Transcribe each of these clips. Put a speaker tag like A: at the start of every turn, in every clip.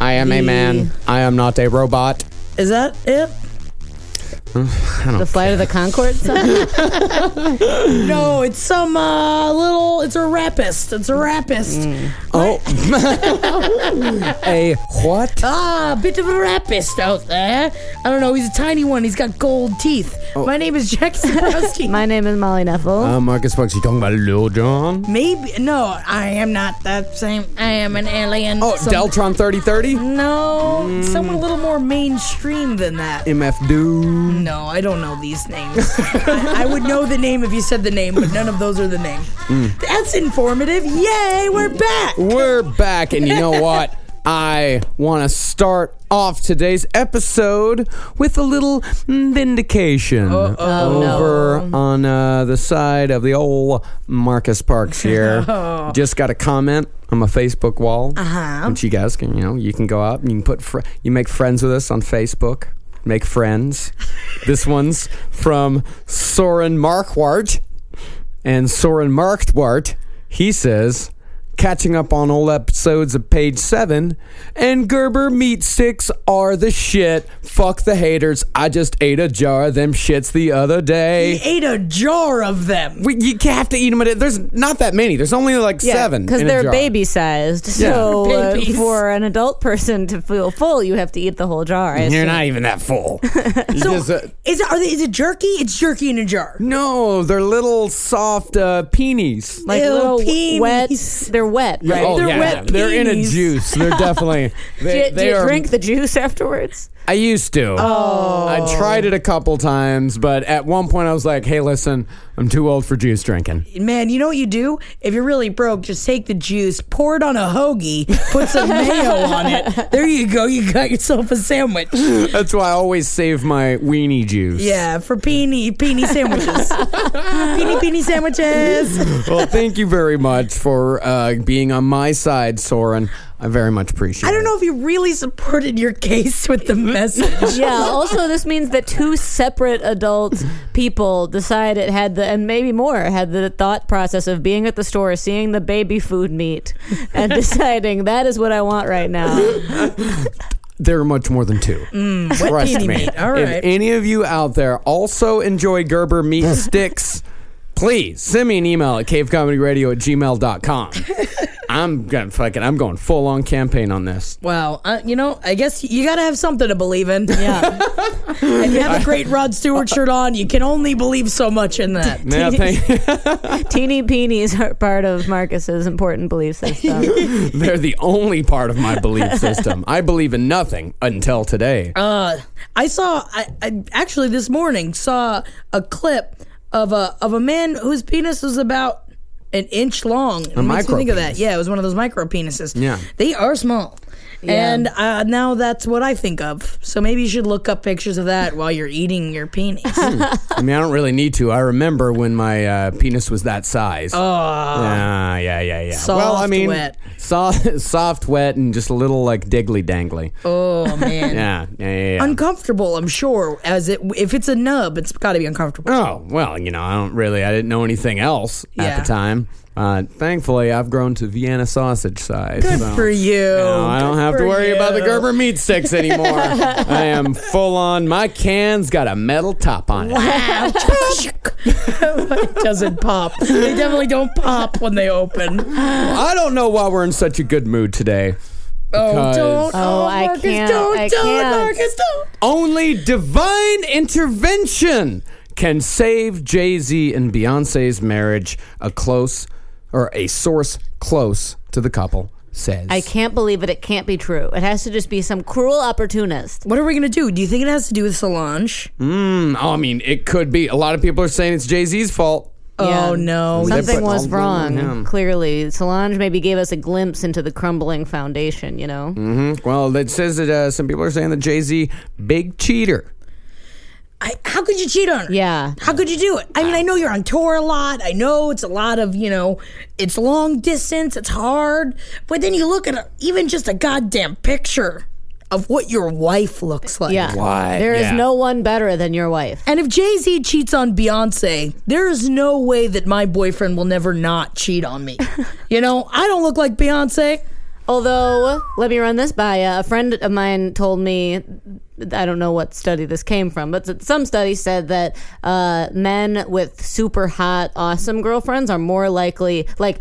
A: I am a man. I am not a robot.
B: Is that it?
A: don't
B: the flight of the Concorde? no, it's some uh, little. It's a rapist. It's a rapist.
A: Mm. Oh. A what?
B: Ah, a bit of a rapist out there. I don't know. He's a tiny one. He's got gold teeth.
A: Oh.
B: My name is Jack Zabrowski.
C: My name is Molly Neffel.
A: Uh, Marcus Fox, you talking about Lil John?
B: Maybe no, I am not that same. I am an alien.
A: Oh,
B: Some-
A: Deltron Mm. 3030?
B: No, someone a little more mainstream than that.
A: MF Doom.
B: No, I don't know these names. I, I would know the name if you said the name, but none of those are the name. That's informative. Yay, we're back.
A: We're back, and you know what? I want to start off today's episode with a little vindication over on uh, the side of the old Marcus Parks here. Just got a comment on my Facebook wall, uh-huh. which you guys can, you know, you can go out and you can put, fr- you make friends with us on Facebook. Make friends. this one's from Soren Markwart. And Soren Markwart, he says, catching up on old episodes of page seven, and Gerber meat sticks are the shit. Fuck the haters. I just ate a jar of them shits the other
B: We
A: day.
B: ate a jar of them.
A: We, you have to eat them. At a, there's not that many. There's only like seven.
C: Because
A: in a
C: they're
A: jar.
C: baby sized.
A: Yeah.
C: So uh,
B: Babies.
C: for an adult person to feel full, you have to eat the whole jar. I
A: You're
C: assume.
A: not even that full. You
B: So
A: just, uh,
B: is it are they, is it jerky? It's jerky in a jar.
A: no, they're little soft uh, peenies.
C: like
B: Ew,
C: little
B: peenies.
C: wet. They're wet, right?
A: Oh,
B: They're
A: yeah,
B: wet
A: they're in a
B: peenies.
A: juice. They're definitely.
C: do
A: They,
C: you, do
A: they
C: you
A: are
C: drink the juice afterwards?
A: I used to. Oh. I tried it a couple times, but at one point I was like, hey, listen, I'm too old for juice drinking.
B: Man, you know what you do? If you're really broke, just take the juice, pour it on a hoagie, put some mayo on it. There you go. You got yourself a sandwich.
A: That's why I always save my weenie juice.
B: Yeah, for peony peony sandwiches. peony peony sandwiches.
A: Well, thank you very much for uh, being on my side, Soren. I very much appreciate it.
B: I don't know if you really supported your case with the message.
C: yeah. Also, this means that two separate adult people decided had the and maybe more had the thought process of being at the store, seeing the baby food meat, and deciding that is what I want right now.
A: There are much more than two.
B: Mm,
A: Trust
B: peony
A: me.
B: meat. All
A: If
B: right.
A: any of you out there also enjoy Gerber meat sticks, please send me an email at cavecomedyradio at gmail.com. I'm going to fucking, I'm going full on campaign on this.
B: Wow, uh, you know, I guess you gotta have something to believe in.
C: Yeah.
B: If you have a great Rod Stewart shirt on, you can only believe so much in that.
A: Yeah, thank-
C: Teeny peenies are part of Marcus's important belief system.
A: They're the only part of my belief system. I believe in nothing until today.
B: Uh, I saw, I, I actually this morning saw a clip of a of a man whose penis was about an inch long. It makes me think of that.
A: micropenis.
B: Yeah, it was one of those micro penises.
A: Yeah.
B: they are small. And uh, now that's what I think of. So maybe you should look up pictures of that while you're eating your penis.
A: I mean, I don't really need to. I remember when my uh, penis was that size. Oh, yeah, yeah, yeah, yeah. well, I
B: Soft,
A: mean,
B: wet.
A: so- soft, wet, and just a little like diggly dangly.
B: oh man,
A: Yeah, yeah, yeah. yeah.
B: uncomfortable. I'm sure as it if it's a nub, it's got to be uncomfortable.
A: oh well, you know, I don't really. I didn't know anything else
B: Yeah.
A: at the time. Uh, thankfully, I've grown to Vienna sausage size.
B: Good
A: so-
B: for you.
A: No, I don't
B: Oh, Good
A: have to
B: for
A: worry about the
B: you.
A: Gerber meat sticks anymore. I am full on. My can's got a metal top on it.
B: it doesn't pop. They definitely don't pop when they open.
A: I don't know why we're in such a good mood today.
B: Oh,
A: Because
B: don't.
C: Oh, I
B: Marcus,
C: can't,
B: Don't,
C: I
B: don't,
C: can't.
B: Marcus, don't.
A: Only divine intervention can save Jay Z and Beyonce's marriage. A close or a source close to the couple says.
C: I can't believe it. It can't be true. It has to just be some cruel opportunist.
B: What are we gonna do? Do you think it has to do with Solange?
A: Oh, I mean, it could be. A lot of people are saying it's Jay Z's fault.
B: Oh no.
A: They
C: Something
A: put
C: was
A: all-
C: wrong.
A: Yeah.
C: Clearly, Solange maybe gave us a glimpse into the crumbling foundation. You know,
A: Well, it says that uh, some people are saying that Jay Z, big cheater.
B: I, how could you cheat on her?
C: Yeah.
B: How could you do it? I mean, I know you're on tour a lot. I know it's a lot of, you know, it's long distance, it's hard. But then you look at a, even just a goddamn picture of what your wife looks like.
C: yeah.
A: Why?
C: There is
A: Yeah.
C: no one better than your wife.
B: And if Jay Z cheats on Beyonce, there is no way that my boyfriend will never not cheat on me. you know, I don't look like Beyonce.
C: Although, let me run this by you. A friend of mine told me, I don't know what study this came from, but some study said that uh, men with super hot, awesome girlfriends are more likely, like,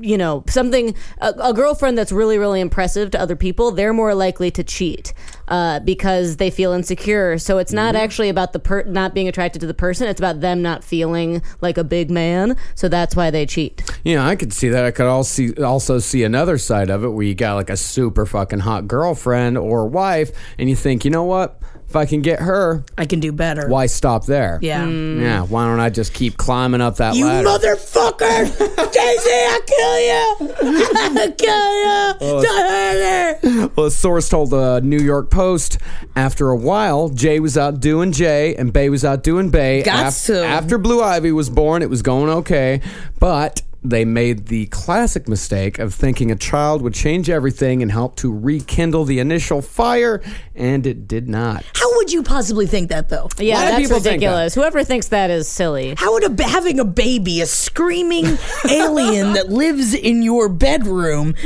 C: you know, something, a, a girlfriend that's really, really impressive to other people, they're more likely to cheat uh, because they feel insecure. So it's
A: Mm-hmm.
C: not actually about the per- not being attracted to the person, it's about them not feeling like a big man. So that's why they cheat.
A: Yeah, I could see that. I could all see, also see another side of it where you got like a super fucking hot girlfriend or wife, and you think, you know what? If I can get her,
B: I can do better.
A: why stop there?
B: Yeah.
A: Yeah, why don't I just keep climbing up that
B: Mm. You
A: ladder?
B: motherfucker! Jay Z, I'll kill you! I'll kill you! Don't hurt her!
A: Well, a source told the New York Post after a while, Jay was out doing Jay and Bay was out doing Bay.
B: Got to.
A: After Blue Ivy was born, it was going okay, but they made the classic mistake of thinking a child would change everything and help to rekindle the initial fire, and it did not.
B: How would you possibly think that though?
C: Yeah,
A: Why do
C: that's
A: people think that?
C: ridiculous. Whoever thinks that is silly.
B: How would a, ba- having a baby, a screaming alien that lives in your bedroom,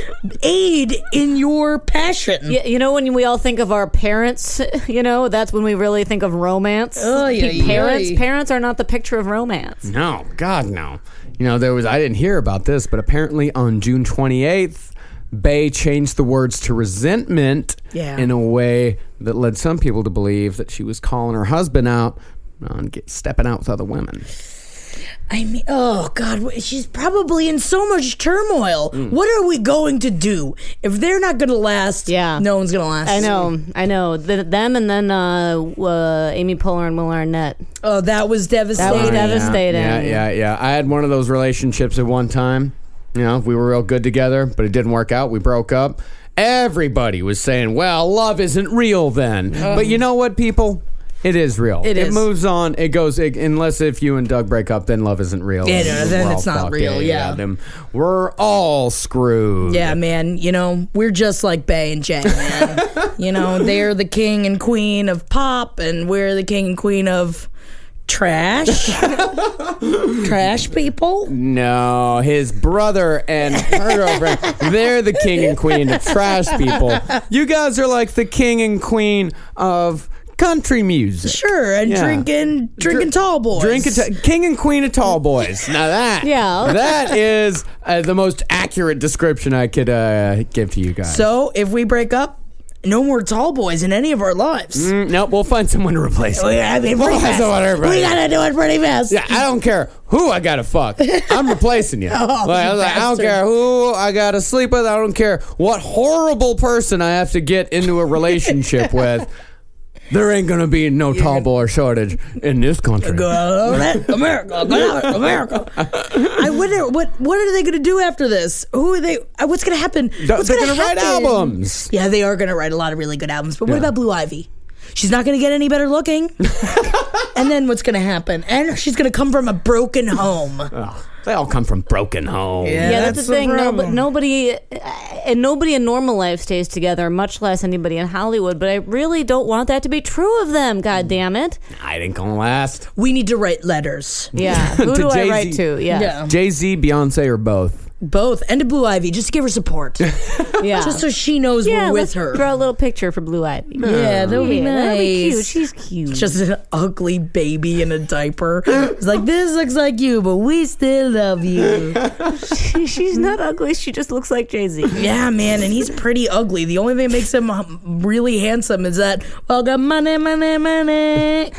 B: aid in your passion?
C: Y- You know when we all think of our parents, you know that's when we really think of romance.
B: Oy,
C: Pe-
B: oy,
C: parents,
B: oy.
C: parents are not the picture of romance.
A: No, God, no. You know, there was, I didn't hear about this, but apparently on June 28th, Bay changed the words to resentment
B: Yeah.
A: in a way that led some people to believe that she was calling her husband out on get, stepping out with other women.
B: I mean, oh God, wh- she's probably in so much turmoil. What are we going to do if they're not going to last?
C: Yeah.
B: no one's going to last.
C: I know, I know. Th- them and then uh, uh, Amy Poehler and Will Arnett.
B: Oh, that was devastating.
C: was devastating.
A: Yeah, yeah, yeah. I had one of those relationships at one time. You know, we were real good together, but it didn't work out. We broke up. Everybody was saying, well, love isn't real then. But you know what, people? It is real. It,
B: is.
A: moves on. It goes it, unless if you and Doug break up, then love isn't real.
B: Yeah, no, then
A: we're
B: it's
A: all
B: not
A: fucked.
B: real, yeah.
A: then we're all screwed.
B: Yeah, man. You know, we're just like Bay and Jay, man. you know, they're the king and queen of pop, and we're the king and queen of trash. trash people.
A: No, his brother and her girlfriend, they're the king and queen of trash people. You guys are like the king and queen of country music.
B: Sure, and
A: Yeah.
B: drinking, drinking tall boys.
A: Drink a t- king and queen of tall boys. Now that
C: Yeah.
A: that is uh, the most accurate description I could uh, give to you guys.
B: So if we break up, no more tall boys in any of our lives.
A: Mm, nope, we'll find someone to replace.
B: We,
A: it.
B: I mean,
A: We'll
B: pretty
A: find
B: fast.
A: someone to replace.
B: we
A: it.
B: gotta do it pretty fast.
A: Yeah, I don't care who I gotta fuck. I'm replacing you. Like, I, was like, I don't
B: Oh, bastard.
A: care who I gotta sleep with. I don't care what horrible person I have to get into a relationship with. There ain't gonna be no tall boy shortage in this country.
B: America, America, America. I wonder what what are they going to do after this? Who are they? uh, What's going to happen?
A: They're
B: What's gonna
A: gonna write
B: happen?
A: albums.
B: Yeah, they are going to write a lot of really good albums. But what
A: Yeah.
B: about Blue Ivy? She's not going to get any better
A: Uh.
B: looking. and then what's going to happen? And she's going to come from a broken home.
A: They all come from broken homes.
B: Yeah,
C: Yeah, that's,
B: that's
C: the
B: the
C: thing. Nob-
B: problem.
C: nobody, uh, and nobody in normal life stays together, much less anybody in Hollywood. But I really don't want that to be true of them.
B: Mm.
C: God damn it!
A: I didn't come last.
B: We need to write letters.
C: Yeah, who
A: To
C: do I
A: Jay-Z.
C: write to? Yeah,
A: Jay Z, Beyonce, or both.
B: Both. And to Blue Ivy, just to give her support.
C: yeah. yeah.
B: just so she knows we're
C: let's
B: with her.
C: Draw a little picture for Blue Ivy.
B: yeah, that would be nice.
C: that'll be cute. She's cute.
B: just an ugly baby in a diaper. It's like, this looks like you, but we still love you.
C: she's not ugly. She just looks like Jay Z.
B: Yeah, man, and he's pretty ugly. The only thing that makes him um, really handsome is that, well, got money, money, money.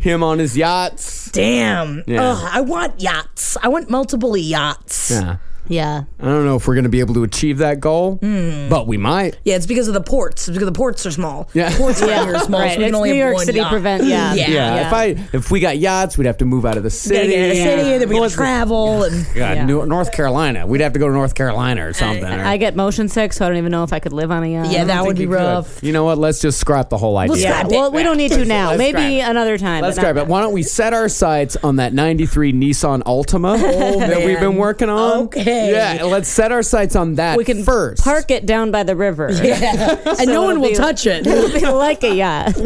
A: Him on his yachts.
B: Damn.
A: Yeah.
B: Ugh, I want yachts. I want multiple yachts. Yeah.
A: Yeah.
C: Yeah.
A: I don't know if we're going to be able to achieve that goal,
B: Hmm.
A: but we might.
B: it's because of the ports. It's because the ports are small.
A: Yeah.
B: The ports around here are small,
C: right.
B: so we can
C: It's
B: only
C: New
B: have
C: York
B: one
C: City
B: yacht.
C: prevent- yeah.
B: yeah.
A: Yeah. If I if we got yachts, we'd have to move out of the
B: Gotta
A: city.
B: get in the city, then
A: What
B: we gotta
A: was the-
B: travel, and
A: God,
C: Yeah.
A: New- North Carolina. We'd have to go to North Carolina or something. or-
C: I get motion sick, so I don't even know if I could live on a uh, yacht.
B: yeah, that
A: I
B: would
A: think
B: be
A: you could.
B: rough.
A: You know what? Let's just scrap the whole idea.
C: Yeah,
B: Scrap it.
C: well, we don't need to now.
A: Let's scrap
C: Maybe
A: it.
C: another time.
A: Let's
C: but not
A: grab it. Why don't we set our sights on that 93 Nissan Altima that we've been
B: man.
A: working on?
B: Okay.
A: Yeah, let's set our sights on that
C: We can
A: first.
C: Park it down by the river.
B: and no one
C: it'll
B: will
C: be-
B: touch it.
C: It'll be like a yacht.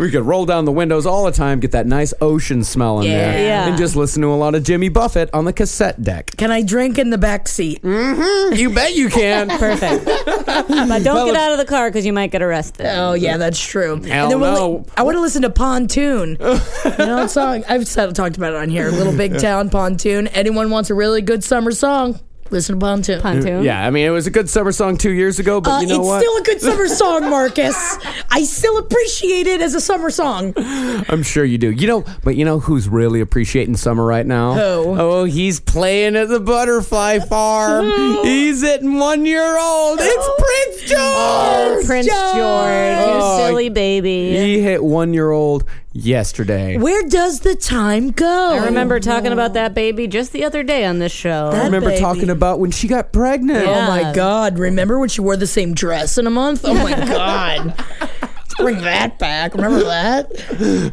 A: We could roll down the windows all the time, get that nice ocean smell in there,
C: Yeah.
A: and just listen to a lot of Jimmy Buffett on the cassette deck.
B: Can I drink in the back seat?
A: you bet you can.
C: Perfect. but don't get out of the car because you might get arrested.
B: Oh yeah, that's true.
A: Hell
B: and then we'll
A: no.
B: I want to listen to Pontoon. you know, that song I've said, talked about it on here. Little Big Town Pontoon. Anyone wants a really good summer song? Listen to Pontoon.
C: Pontoon.
A: Uh, Yeah, I mean, it was a good summer song two years ago, but
B: Uh,
A: you know
B: it's
A: what?
B: still a good summer song, Marcus. I still appreciate it as a summer song.
A: I'm sure you do. You know, but you know who's really appreciating summer right now?
B: Who?
A: Oh, he's playing at the butterfly farm. he's at one year old. It's Prince George.
C: Prince George,
A: Oh,
C: you silly baby.
A: He hit one year old yesterday.
B: Where does the time go?
C: I Oh, remember talking about that baby just the other day on this show.
A: I remember
B: baby.
A: talking about when she got pregnant.
B: Oh my god! Remember when she wore the same dress in a month? Oh my god! Let's bring that back. Remember that?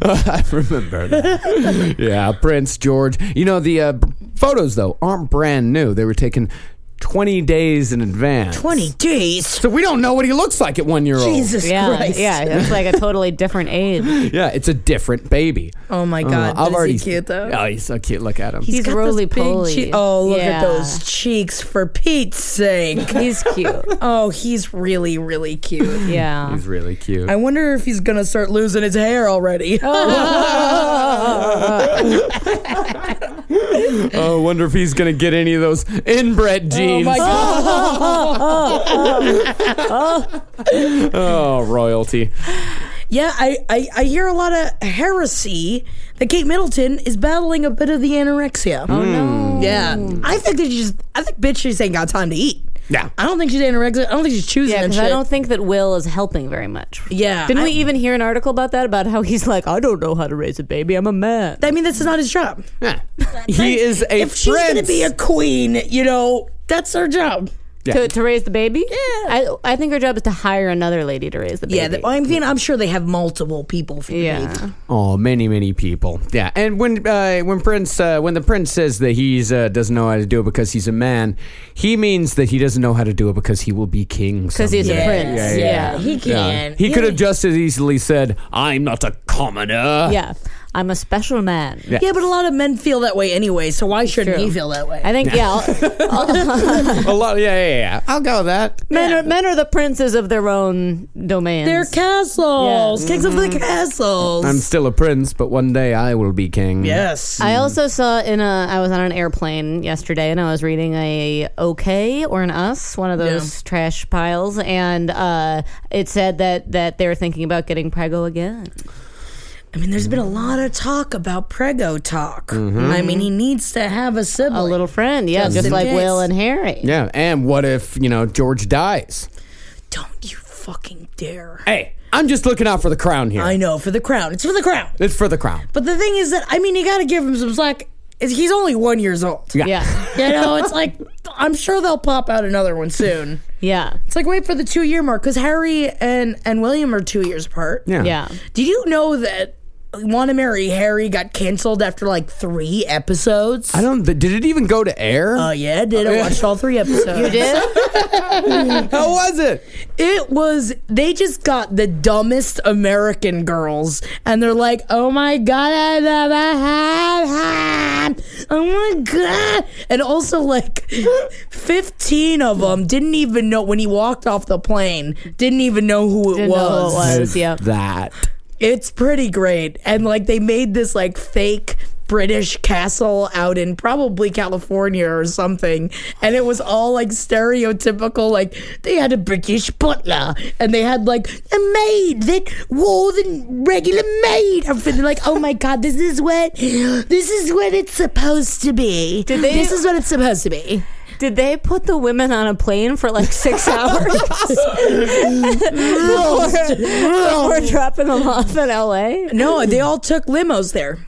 A: I remember that. yeah, Prince George. You know, the uh, b- photos, though, aren't brand new. They were taken 20 days in advance.
B: Twenty days.
A: So we don't know what he looks like at one year old.
B: Jesus
C: yeah,
B: Christ!
C: yeah, it's like a totally different age. He's,
A: Yeah, it's a different baby.
B: Oh my
A: Uh,
B: God, but is he cute, though?
A: Oh, he's so cute. Look at him.
B: He's got those
C: roly
B: big
C: poly.
B: chee- oh, look at those cheeks for Pete's sake.
C: He's cute.
B: oh, he's really, really cute.
C: Yeah.
A: He's really cute.
B: I wonder if he's gonna start losing his hair already.
A: Oh, wonder if he's gonna get any of those inbred
B: oh
A: genes.
B: my God!
A: Oh, royalty.
B: Yeah, I, I, I hear a lot of heresy that Kate Middleton is battling a bit of the anorexia. Oh no! Yeah, I think that she's. I think bitch, she's ain't got time to eat.
A: Yeah.
B: I don't think she's anorexic. I don't think she's choosing
C: Yeah,
B: that
C: because
B: shit.
C: I don't think that Will is helping very much.
B: Yeah,
C: Didn't we
B: I-
C: even hear an article about that? About how he's like, I don't know how to raise a baby. I'm a man.
B: I mean, this is not his job.
A: Yeah. he is a
B: if she's gonna
A: prince.
B: be a queen, you know, that's her job.
C: To, to raise the baby? Yeah. I, I think her job is to hire another lady to raise the baby.
B: Yeah, that, I mean, I'm sure they have multiple people for the
C: yeah.
B: baby.
A: Oh, many, many people. Yeah, and when uh, when Prince uh, when the Prince says that he's uh, doesn't know how to do it because he's a man, he means that he doesn't know how to do it because he will be king. Because
C: he's a prince. Yeah, yeah.
B: he can.
A: He could have just as easily said, "I'm not a commoner."
C: Yeah. I'm a special man.
B: Yeah, but a lot of men feel that way anyway. So why shouldn't
C: True.
B: he feel that way?
C: I think, yeah.
A: a lot. Yeah, yeah, yeah. I'll go with that.
C: men, are, men are the princes of their own domains.
B: They're castles, kings of
C: Mm-hmm.
B: the castles.
A: I'm still a prince, but one day I will be king.
B: yes.
C: I also saw in a I was on an airplane yesterday and I was reading a OK or an Us, one of those trash piles, and uh, it said that that they were thinking about getting prego again.
B: I mean, there's been a lot of talk about Prego talk. I mean, he needs to have a sibling.
C: Mm-hmm. A little friend, yeah,
B: Just
C: just
B: in
C: like
B: case.
C: Will and Harry.
A: Yeah, and what if, you know, George dies?
B: Don't you fucking dare.
A: Hey, I'm just looking out for the crown here.
B: I know, for the crown. It's for the crown.
A: it's for the crown.
B: But the thing is that, I mean, you gotta give him some slack. It's- He's only one years old.
C: Yeah,
B: You know, it's like, I'm sure they'll pop out another one soon.
C: yeah,
B: It's like, wait for the two year mark, because Harry and, and William are two years apart.
C: yeah.
B: Do you know that Want to Marry Harry got canceled after like three episodes.
A: I don't. Did it even go to air?
B: Oh yeah, I did. I watched all three episodes. You did?
A: How was it?
B: It was they just got the dumbest American girls and they're like, "Oh my god, I love a hat. Oh my god." And also like 15 of them didn't even know when he walked off the plane, didn't even know who it
C: Didn't know who it
B: was.
C: was.
A: It's
C: yep.
A: That.
B: It's pretty great. And like they made this like fake British castle out in probably California or something. And it was all like stereotypical. Like they had a British butler and they had like a maid that wore the regular maid outfit. They're like, oh my God, this is what, this is what it's supposed to be.
C: Did they-
B: this is what it's supposed to be.
C: Did they put the women on a plane for like six hours? Before dropping them off in LA?
B: No, they all took limos there.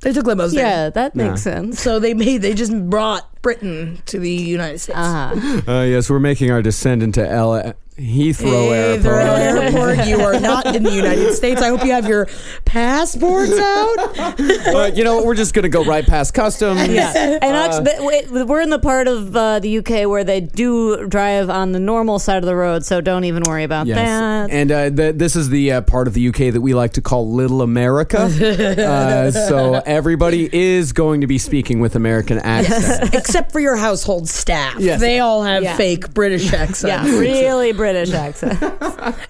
B: They took limos there.
C: Yeah, that makes sense.
B: So they made they just brought Britain to the United States.
C: Uh-huh.
A: Uh, yes, we're making our descent into L- Heathrow
B: Either
A: Airport.
B: airport, you are not in the United States. I hope you have your passports out.
A: All right, you know what? We're just gonna go right past customs.
C: Yeah. And actually, th- wait, we're in the part of uh, the UK where they do drive on the normal side of the road, so don't even worry about
A: Yes.
C: that.
A: And uh, th- this is the uh, part of the UK that we like to call Little America. uh, so everybody is going to be speaking with American accents.
B: Except for your household staff.
A: Yes.
B: They all have
C: Yeah.
B: fake British accents.
C: yeah, really British accent.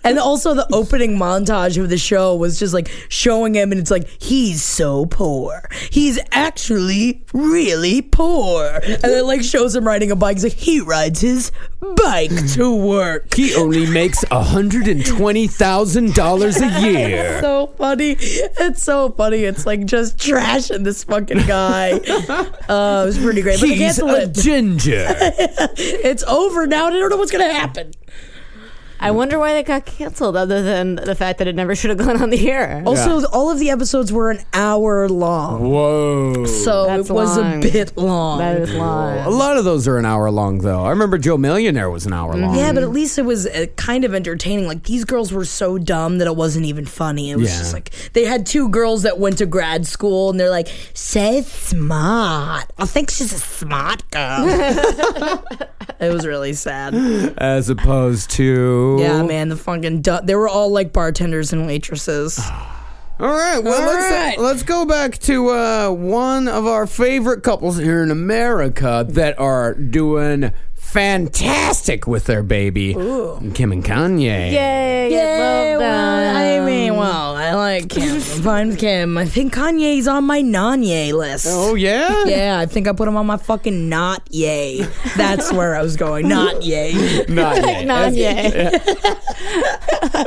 B: And also the opening montage of the show was just like showing him and it's like, he's so poor. He's actually really poor. And it like shows him riding a bike. He's like, he rides his bike to work.
A: he only makes hundred and twenty thousand dollars a year.
B: so funny. It's so funny. It's like just trashing this fucking guy. Uh, it was pretty great. But they
A: He's
B: canceled
A: a
B: it.
A: ginger.
B: It's over now, and I don't know what's gonna happen.
C: I wonder why that got canceled, other than the fact that it never should have gone on the air.
B: Also, all of the episodes were an hour long,
A: Whoa.
B: so
C: That's
B: it was
C: long.
B: a bit long.
C: that is lying.
A: A lot of those are an hour long, though. I remember Joe Millionaire was an hour long.
B: yeah, but at least it was uh, kind of entertaining. Like these girls were so dumb that it wasn't even funny. It was
A: Yeah.
B: just like they had two girls that went to grad school, and they're like, "Say smart." I think she's a smart girl. it was really sad.
A: As opposed to.
B: Mm-hmm. Yeah, man, the fucking du- they were all like bartenders and waitresses.
A: All right. Well,
B: All
A: let's
B: right.
A: let's go back to uh, one of our favorite couples here in America that are doing fantastic with their baby, Kim and Kanye.
C: Yay! I love
B: well,
C: that.
B: I mean, well, I like Kim. I'm fine with Kim. I think Kanye's on my non-yay list.
A: Oh yeah.
B: Yeah, I think I put him on my fucking not yay. That's where I was going. Not yay.
A: Not yet.
C: Not yet.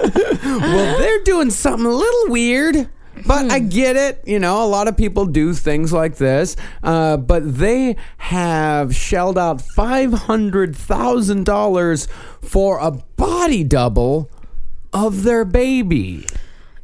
A: well, they're doing something a little weird. But
C: Hmm.
A: I get it. You know, a lot of people do things like this. Uh, but they have shelled out $500,000 for a body double of their baby.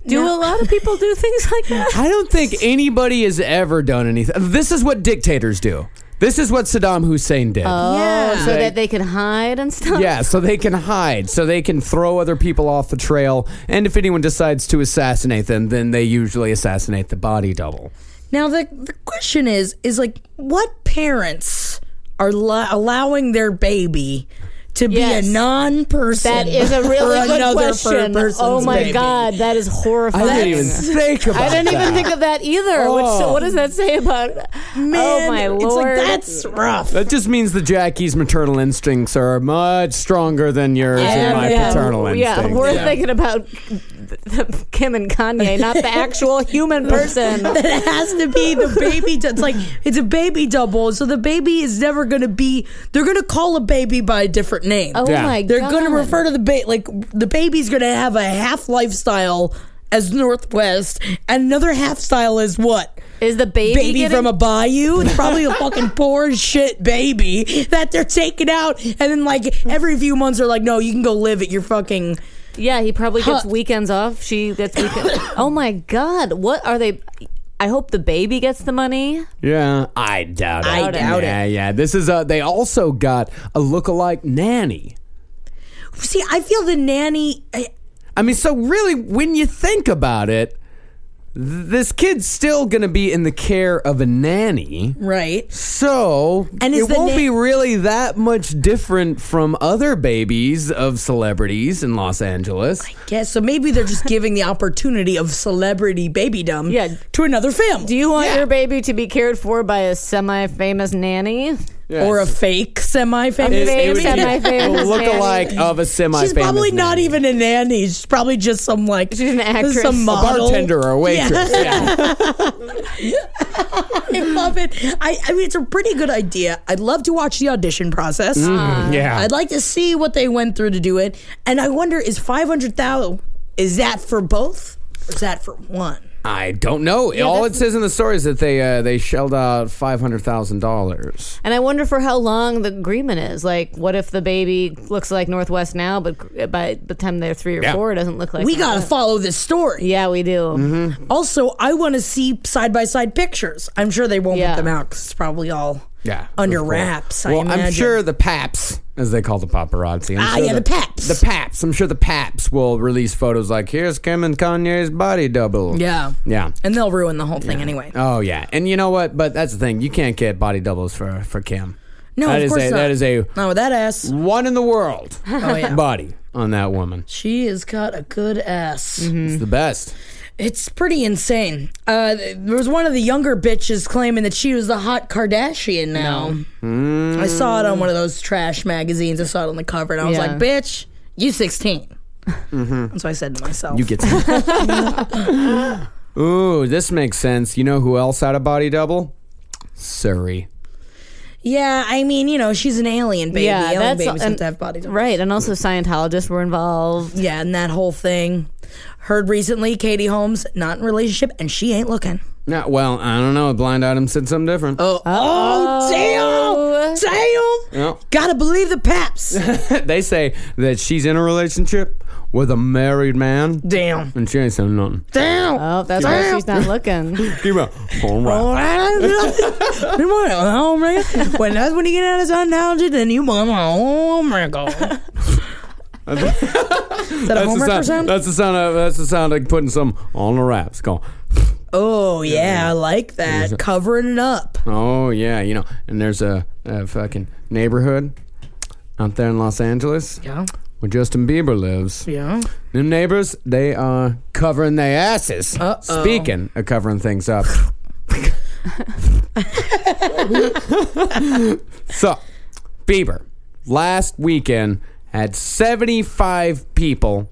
C: Do a lot of people do things like that?
A: I don't think anybody has ever done anything. This is what dictators do. This is what Saddam Hussein did.
C: Oh, so that they can hide and stuff.
A: Yeah, so they can hide, so they can throw other people off the trail, and if anyone decides to assassinate them, then they usually assassinate the body double.
B: Now the the question is is like what parents are li- allowing their baby to be
C: Yes.
B: a non-person?
C: That is a
B: for
C: really good
B: another per-
C: question.
B: person's
C: Oh my
B: baby?
C: god, that is horrifying.
A: I didn't even think about
C: I didn't even
A: that.
C: think of that either. Which,
A: Oh.
C: so what does that say about?
B: Man,
C: oh my
B: it's
C: lord!
B: like that's rough.
A: That just means the Jackie's maternal instincts are much stronger than yours and
B: Yeah,
A: my
B: yeah.
A: paternal
C: yeah,
A: instincts.
C: we're thinking about the, Kim and Kanye, not the actual human person.
B: It has to be the baby. d- It's like it's a baby double, so the baby is never going to be. They're going to call a baby by a different name.
C: Oh
A: Yeah.
C: my god!
B: they're going to refer to the baby like the baby's going to have a half lifestyle as Northwest, and another half style is what
C: Is the baby
B: baby
C: getting-
B: from a bayou. It's probably a fucking poor as shit baby that they're taking out, and then like every few months they're like, no, you can go live at your fucking.
C: Yeah, he probably gets
B: Huh.
C: weekends off. She gets weekend. oh my god! What are they? I hope the baby gets the money.
A: Yeah, I doubt it.
B: I doubt it.
A: yeah, yeah. This is uh they also got a lookalike nanny.
B: See, I feel the nanny. I,
A: I mean, so really, when you think about it, this kid's still going to be in the care of a nanny.
B: Right.
A: So
B: And is
A: it
B: the
A: won't
B: na-
A: be really that much different from other babies of celebrities in Los Angeles.
B: Yeah, so maybe they're just giving the opportunity of celebrity babydom
C: Yeah.
B: to another family.
C: Do you want your baby to be cared for by a semi-famous nanny?
B: or a fake semi-famous
C: It- it would
B: nanny?
C: be- semi-famous
A: a look-alike
C: nanny.
A: of a semi.
B: She's probably not even a nanny. She's probably just some like
C: She's an actress. A
B: some model.
A: bartender or a waitress. Yeah.
B: I love it. I, I mean, it's a pretty good idea. I'd love to watch the audition process.
A: yeah.
B: I'd like to see what they went through to do it. And I wonder, is five hundred thousand? Is that for both? Or is that for one?
A: I don't know. All it says in the story is that they uh, they shelled out five hundred thousand dollars.
C: And I wonder for how long the agreement is. Like, what if the baby looks like Northwest now, but by the time they're three or
A: Yeah.
C: four, it doesn't look like
B: We gotta
C: Northwest?
B: follow this story.
C: Yeah, we do.
B: Also, I want to see side by side pictures. I'm sure they won't
C: Yeah.
B: put them out because it's probably all
A: Yeah,
B: under
A: of course.
B: wraps. I
A: Well, I'm
B: imagine.
A: sure the Paps, as they call the paparazzi. I'm
B: Ah,
A: sure
B: yeah, the Paps.
A: The Paps. I'm sure the Paps will release photos like, "Here's Kim and Kanye's body double."
B: Yeah.
A: Yeah.
B: And they'll ruin the whole thing anyway.
A: Oh yeah, and you know what? But that's the thing. You can't get body doubles for for Kim.
B: No,
A: That
B: of
A: is
B: course
A: a-
B: not.
A: that is a-
B: no with that ass.
A: One in the world
B: Oh yeah,
A: body on that woman.
B: she has got a good ass.
A: It's the best.
B: It's pretty insane. Uh, there was one of the younger bitches claiming that she was the hot Kardashian now. I
A: Mm.
B: saw it on one of those trash magazines. I saw it on the cover, and I was
C: Yeah.
B: like, "Bitch, you 16." That's what I said to myself.
A: Mm-hmm. You get. Ooh, this makes sense. You know who else had a body double? Surrey.
B: yeah, I mean, you know, she's an alien baby.
C: Yeah,
B: alien
C: that's-
B: babies have
C: and-
B: to have body double.
C: Right. And also, Scientologists were involved.
B: Yeah, and that whole thing. Heard recently, Katie Holmes not in a relationship, and she ain't looking.
A: No, well, I don't know. Blind item said something different.
B: Oh, oh, damn, damn!
A: Yeah.
B: Gotta believe the paps.
A: they say that she's in a relationship with a married man,
B: damn,
A: and she ain't saying nothing.
B: damn.
C: Oh, that's why she's not looking.
A: Keep up. All right.
B: oh when that's when you get out of sun allergy, then you mama homerical. oh Is
A: That's
B: that a
A: the,
B: homework or
A: sound,
B: something?
A: that's the sound of that's the sound of putting some on the wraps. Going,
B: Oh yeah, I like that. Covering it up.
A: oh yeah, you know. And there's a, a fucking neighborhood out there in Los Angeles
B: Yeah.
A: where Justin Bieber lives.
B: Yeah.
A: New neighbors, they are covering their asses.
B: Uh-oh.
A: Speaking of covering things up. so, Bieber, last weekend had 75 people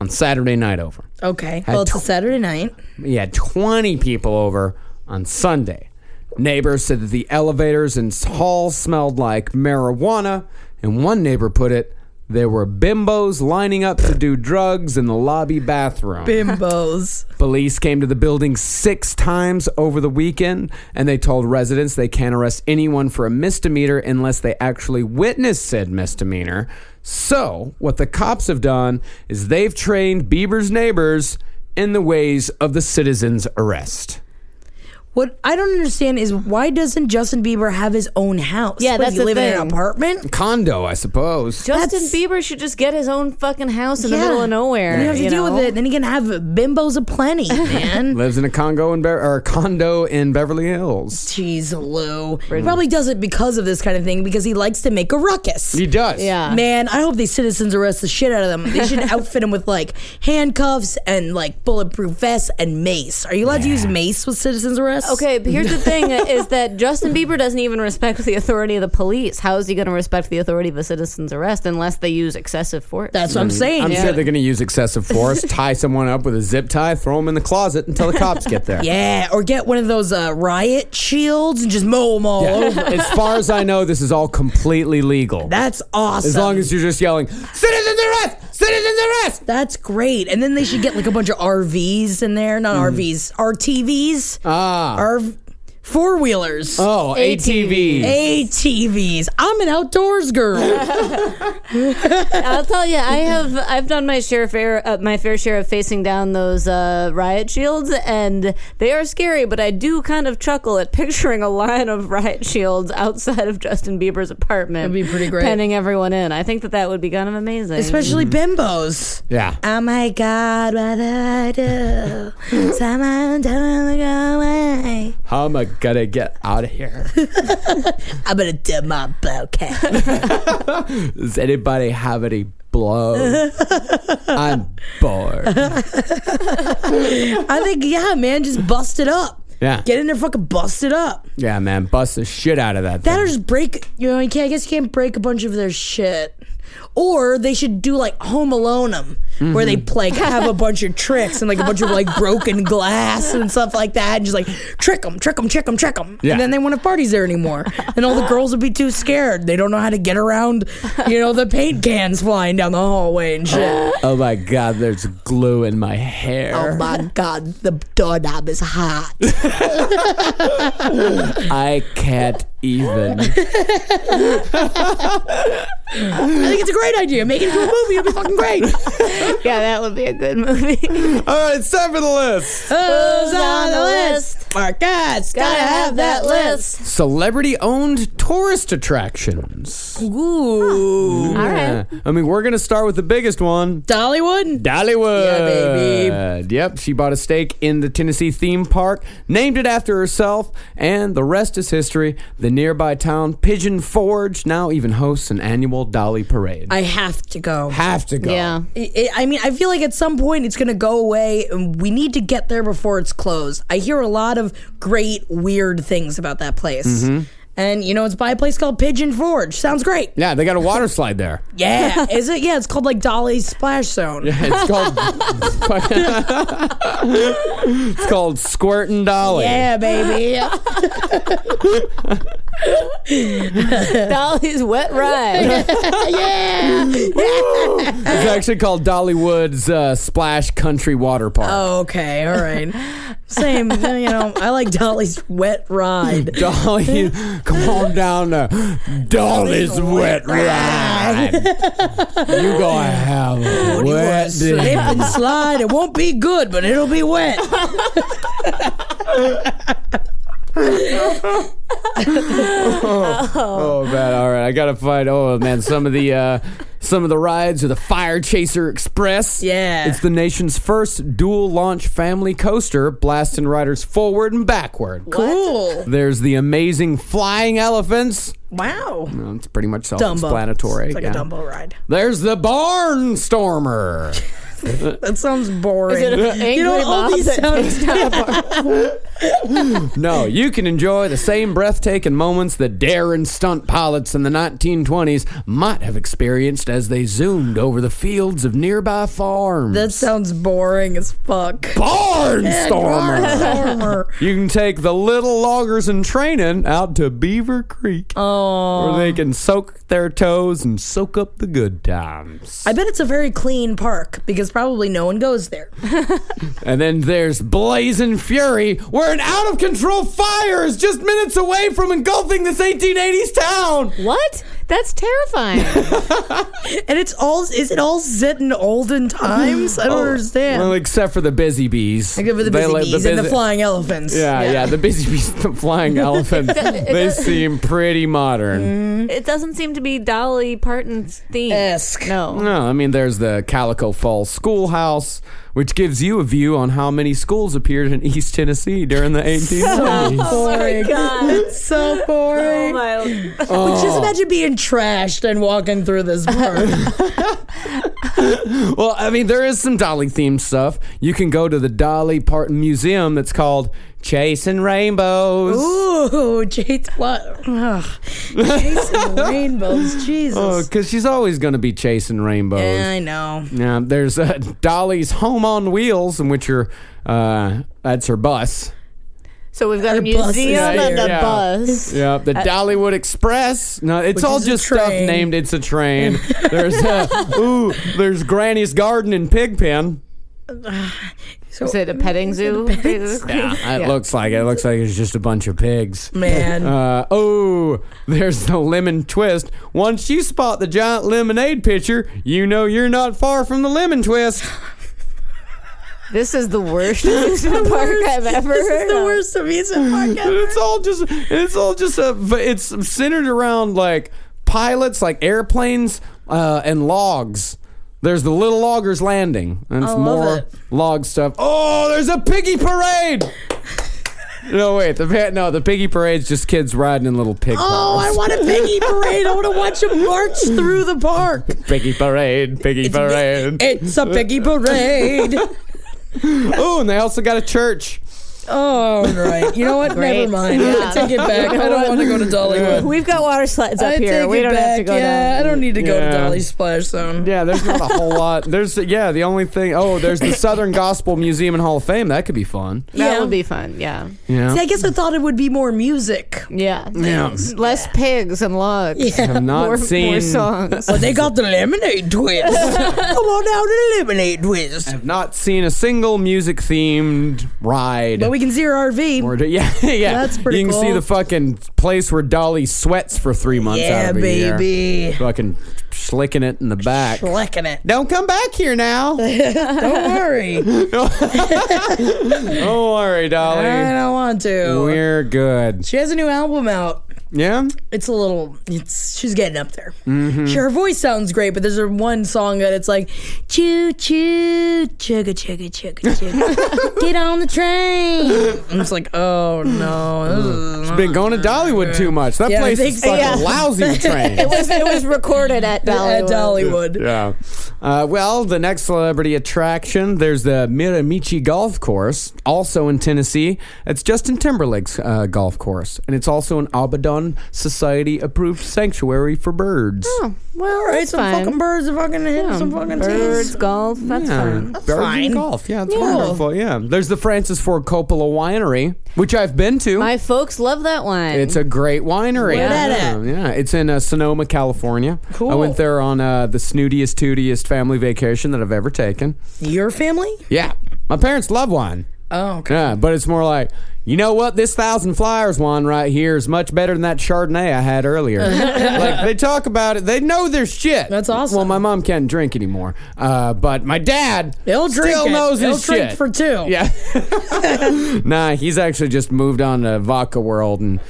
A: on Saturday night over.
B: Okay. Well, it's a
A: tw-
B: Saturday night.
A: He had 20 people over on Sunday. Neighbors said that the elevators and halls smelled like marijuana, and one neighbor put it, there were bimbos lining up to do drugs in the lobby bathroom.
B: Bimbos.
A: Police came to the building six times over the weekend, and they told residents they can't arrest anyone for a misdemeanor unless they actually witness said misdemeanor. So, what the cops have done is they've trained Bieber's neighbors in the ways of the citizen's arrest.
B: What I don't understand is why doesn't Justin Bieber have his own house?
C: Yeah,
B: What,
C: that's
B: he
C: the
B: live in an
C: thing.
B: apartment.
A: Condo, I suppose.
C: Justin
B: That's-
C: Bieber should just get his own fucking house in
B: Yeah.
C: the middle of nowhere.
B: Then You have to
C: you
B: deal
C: know?
B: with it. Then you can have bimbos aplenty, man.
A: Lives in a Congo in Be- or condo in Beverly Hills.
B: Jeez, Lou. He probably does it because of this kind of thing because he likes to make a ruckus.
A: He does.
C: Yeah.
B: Man, I hope these citizens arrest the shit out of them. They should outfit him with like handcuffs and like bulletproof vests and mace. Are you allowed to use mace with citizens arrest?
C: Okay, but here's the thing is that Justin Bieber doesn't even respect the authority of the police. How is he going to respect the authority of a citizen's arrest unless they use excessive force?
B: That's what I'm saying.
A: Mm-hmm. I'm sure they're going to use excessive force, tie someone up with a zip tie, throw them in the closet until the cops get there.
B: yeah, or get one of those uh, riot shields and just mow them all over.
A: as far as I know, this is all completely legal.
B: That's awesome.
A: as long as you're just yelling, citizens arrest! Citizens arrest!
B: That's great. And then they should get like a bunch of RVs in there. Not RVs, RTVs.
A: Mm. Ah.
B: R- Four wheelers.
A: Oh, ATV.
B: ATVs. I'm an outdoors girl.
C: I'll tell you, I have I've done my share fair uh, my fair share of facing down those uh, riot shields, and they are scary. But I do kind of chuckle at picturing a line of riot shields outside of Justin Bieber's apartment.
B: That'd be pretty great.
C: penning everyone in. I think that that would be kind of amazing.
B: Especially
A: Mm.
B: bimbos.
A: Yeah.
B: Oh my God, what do I do? Someone tell me to go away.
A: How am I gonna get out of here?
B: I'm gonna do my bokeh.
A: Does anybody have any blow? I'm bored.
B: I think, yeah, man, just bust it up.
A: Yeah.
B: Get in there, fucking bust it up.
A: Yeah, man. Bust the shit out of that.
B: That
A: thing.
B: or just break, you know, you can't, I guess you can't break a bunch of their shit. Or they should do like Home Alone them, where they like have a bunch of tricks and like a bunch of like broken glass and stuff like that, and just like trick them, trick them, trick them, trick them,
A: Yeah.
B: and then they won't have parties there anymore, and all the girls would be too scared. They don't know how to get around, you know, the paint cans flying down the hallway and shit.
A: oh my god, there's glue in my hair.
B: Oh, my god, the doorknob is hot.
A: I can't even.
B: I think it's a great idea. Make it into a movie. It'll be fucking great.
C: yeah, that would be a good movie.
A: All right, it's time for the list.
B: Who's
C: on the list?
B: Marcus, gotta have that list.
A: Celebrity owned tourist attractions.
B: Ooh.
C: All right.
A: Yeah. I mean, we're gonna start with the biggest one.
B: Dollywood?
A: Dollywood. Yeah, baby. Yep, she bought a stake in the Tennessee theme park, named it after herself, and the rest is history. The nearby town, Pigeon Forge, now even hosts an annual Dolly Parade.
B: I have to go.
A: have to go.
C: Yeah.
B: I- I I mean, I feel like at some point it's going to go away, and we need to get there before it's closed. I hear a lot of great, weird things about that place. And, you know, it's by a place called Pigeon Forge. Sounds great.
A: Yeah, they got a water slide there.
B: Yeah. Is it? Yeah, it's called like Dolly's Splash Zone.
A: It's called It's called Squirtin' Dolly.
B: Yeah, baby.
C: Dolly's wet ride.
A: It's actually called Dollywood's uh, Splash Country Water Park.
B: Oh, okay. All right. Same. You know, I like Dolly's Wet Ride.
A: Dolly, come on down there. Dolly's wet ride. You gonna have a wet
B: Slip
A: day.
B: and slide. It won't be good, but it'll be wet.
A: Oh man, all right. I gotta find. Oh man, some of the uh, some of the rides are the Fire Chaser Express.
B: Yeah.
A: it's the nation's first dual launch family coaster, blasting riders forward and backward.
B: Cool.
A: There's the amazing Flying Elephants.
B: Wow.
A: Well, it's pretty much
B: Dumbo.
A: self-explanatory.
B: It's like
A: yeah.
B: a Dumbo ride.
A: There's the Barnstormer.
B: That sounds boring.
C: Is it an angry
B: you know, what? all
C: mob
B: these
C: that
B: sounds
C: takes down a bar?
A: No, you can enjoy the same breathtaking moments that daring stunt pilots in the 1920s might have experienced as they zoomed over the fields of nearby farms.
B: that sounds boring as fuck.
A: Barnstormer.
B: Farmer.
A: You can take the little loggers in training out to Beaver Creek,
B: Oh.
A: where they can soak their toes and soak up the good times.
B: I bet it's a very clean park because probably no one goes there.
A: And then there's Blazing Fury, where an out of control fire is just minutes away from engulfing this 1880s town.
C: What? That's terrifying.
B: And it's all is it all set in olden times? I don't understand.
A: Oh, Well, except for the busy bees.
B: Except for the
A: They
B: busy
A: let
B: bees and the
A: busy-
B: flying elephants.
A: Yeah, yeah, the busy bees, the flying elephants. they seem pretty
B: Mm.
A: modern.
C: it doesn't seem to be Dolly Parton's theme.
B: Esque.
C: No.
A: No, I mean, there's the Calico Falls Schoolhouse, which gives you a view on how many schools appeared in East Tennessee during the 1890s.
B: Boring. It's so boring.
C: Oh my.
B: Just imagine being trashed and walking through this park.
A: Well, I mean, there is some Dolly themed stuff. You can go to the Dolly Parton Museum that's called Chasing Rainbows.
B: Ooh, Jade's what? Ugh. Jason Rainbows, Jesus.
A: Oh, because she's always going to be chasing rainbows.
B: yeah, I know.
A: Yeah, there's uh, Dolly's Home on Wheels, in which her, uh, that's her bus.
C: So we've got a
B: bus is
C: museum and
A: here.
C: a
A: Yeah.
C: bus.
A: Yeah, the Dollywood Express. No, it's all
B: Uh, is a
A: just stuff
B: train.
A: named "It's a Train." There's uh, ooh, there's Granny's Garden and Pigpen.
C: Is it a petting zoo? basically?
A: Yeah, it looks like it. It looks like it's just a bunch of pigs.
B: Man.
A: Uh, oh, there's the lemon twist. Once you spot the giant lemonade pitcher, you know you're not far from the lemon twist.
C: This is the worst amusement park I've ever
B: this
C: heard
B: is the
C: of.
B: worst amusement park
A: And
B: ever.
A: it's all just it's all just a it's centered around like pilots, like airplanes, uh, and logs. There's the little loggers landing, and it's
B: love
A: more
B: it.
A: log stuff. Oh, there's a piggy parade. No wait, the pa- no the piggy parade's just kids riding in little pig.
B: Oh, I
A: cars.
B: want a piggy parade. I want to watch them march through the park.
A: piggy parade, piggy parade.
B: It's a piggy parade.
A: Oh, and they also got a church.
B: Oh, all right. You know what?
C: Great.
B: Never mind. I take it back. I don't want to go to Dollywood.
C: We've got water slides up
B: I
C: here.
B: take
C: We
B: it
C: don't
B: back.
C: have to go
B: yeah,
C: down.
B: I don't need to go
A: Yeah.
B: to Dolly Splash Zone.
A: Yeah, there's not a whole lot. There's yeah, the only thing. Oh, there's the Southern Gospel Museum and Hall of Fame. That could be fun.
C: That
B: Yeah.
C: would be fun. Yeah.
A: Yeah.
B: See, I guess I thought it would be more music.
C: Yeah.
A: Yeah.
C: Less pigs and logs.
A: Have not
C: More,
A: seen
C: more songs.
B: But they got the lemonade twist. Come on down to the lemonade twist.
A: have not seen a single music themed ride.
B: But we can see your RV.
A: Or do- yeah, yeah.
B: That's pretty
A: You can see
B: cool.
A: the fucking place where Dolly sweats for three months out
B: yeah,
A: of a year.
B: baby.
A: Fucking slicking it in the back.
B: Flicking it.
A: Don't come back here now.
B: Don't worry.
A: Don't worry, Dolly.
B: I don't want to.
A: We're good.
B: She has a new album out.
A: Yeah.
B: It's a little. It's she's getting up there. Sure, her voice sounds great, but there's a one song that it's like, choo choo, chugga chugga chugga chugga, get on the train. Mm. I'm just like, oh no, this is
A: Been going to Dollywood too much. That
B: Yeah, I
A: place
B: think
A: is
B: so.
A: fucking
B: Yeah.
A: lousy to train.
C: it, was, it was recorded at
B: at
C: Dollywood.
B: Dollywood.
A: Yeah. Uh, well, the next celebrity attraction, there's the Miramichi Golf Course, also in Tennessee. It's Justin Timberlake's uh, golf course, and it's also an Abaddon Society approved sanctuary for birds.
C: Well,
B: All right,
C: that's
B: some
C: fine.
B: fucking birds are fucking hitting
C: Yeah,
B: some fucking
C: birds,
B: teas.
C: golf. That's
A: Yeah,
C: fun.
A: birds and golf. Yeah, it's wonderful. Yeah, there's the Francis Ford Coppola Winery, which I've been to.
C: My folks love that wine.
A: It's a great winery.
C: Where
B: that
A: yeah,
B: at?
A: yeah, it's in uh, Sonoma, California. Cool. I went there on uh, the snootiest, tootiest family vacation that I've ever taken.
B: Your family?
A: Yeah, my parents love wine.
B: Oh, okay.
A: Yeah, but it's more like, you know what? This Thousand Flyers wine right here is much better than that Chardonnay I had earlier. like, they talk about it. They know their shit.
B: That's awesome.
A: Well, my mom can't drink anymore. Uh, but my dad
B: He'll drink
A: still
B: it.
A: knows
B: He'll
A: his
B: drink
A: shit.
B: for two.
A: Yeah. nah, he's actually just moved on to Vodka World, and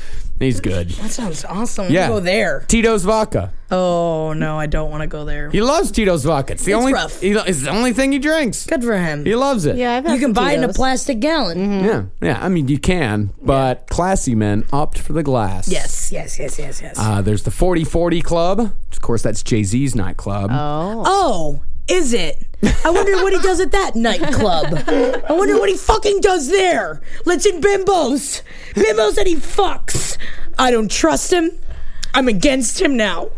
A: he's good.
B: That sounds awesome.
A: Yeah.
B: Yeah. Go there.
A: Tito's Vodka.
B: Oh no, I don't want to go there.
A: He loves Tito's Vodka. It's the,
B: It's
A: only,
B: rough.
A: he lo- it's the only thing he drinks.
B: Good for him.
A: He loves it.
C: yeah, I've had
B: You can
C: some
B: buy it in a
C: Tito's.
B: plastic gallon.
A: Yeah, yeah. I mean, you can, but classy men opt for the glass.
B: Yes, yes, yes, yes, yes.
A: Uh, there's the 4040 Club. Of course, that's Jay Z's nightclub.
B: Oh, is it? I wonder what he does at that nightclub. I wonder what he fucking does there. Let's in bimbos. Bimbos that he fucks. I don't trust him. I'm against him now.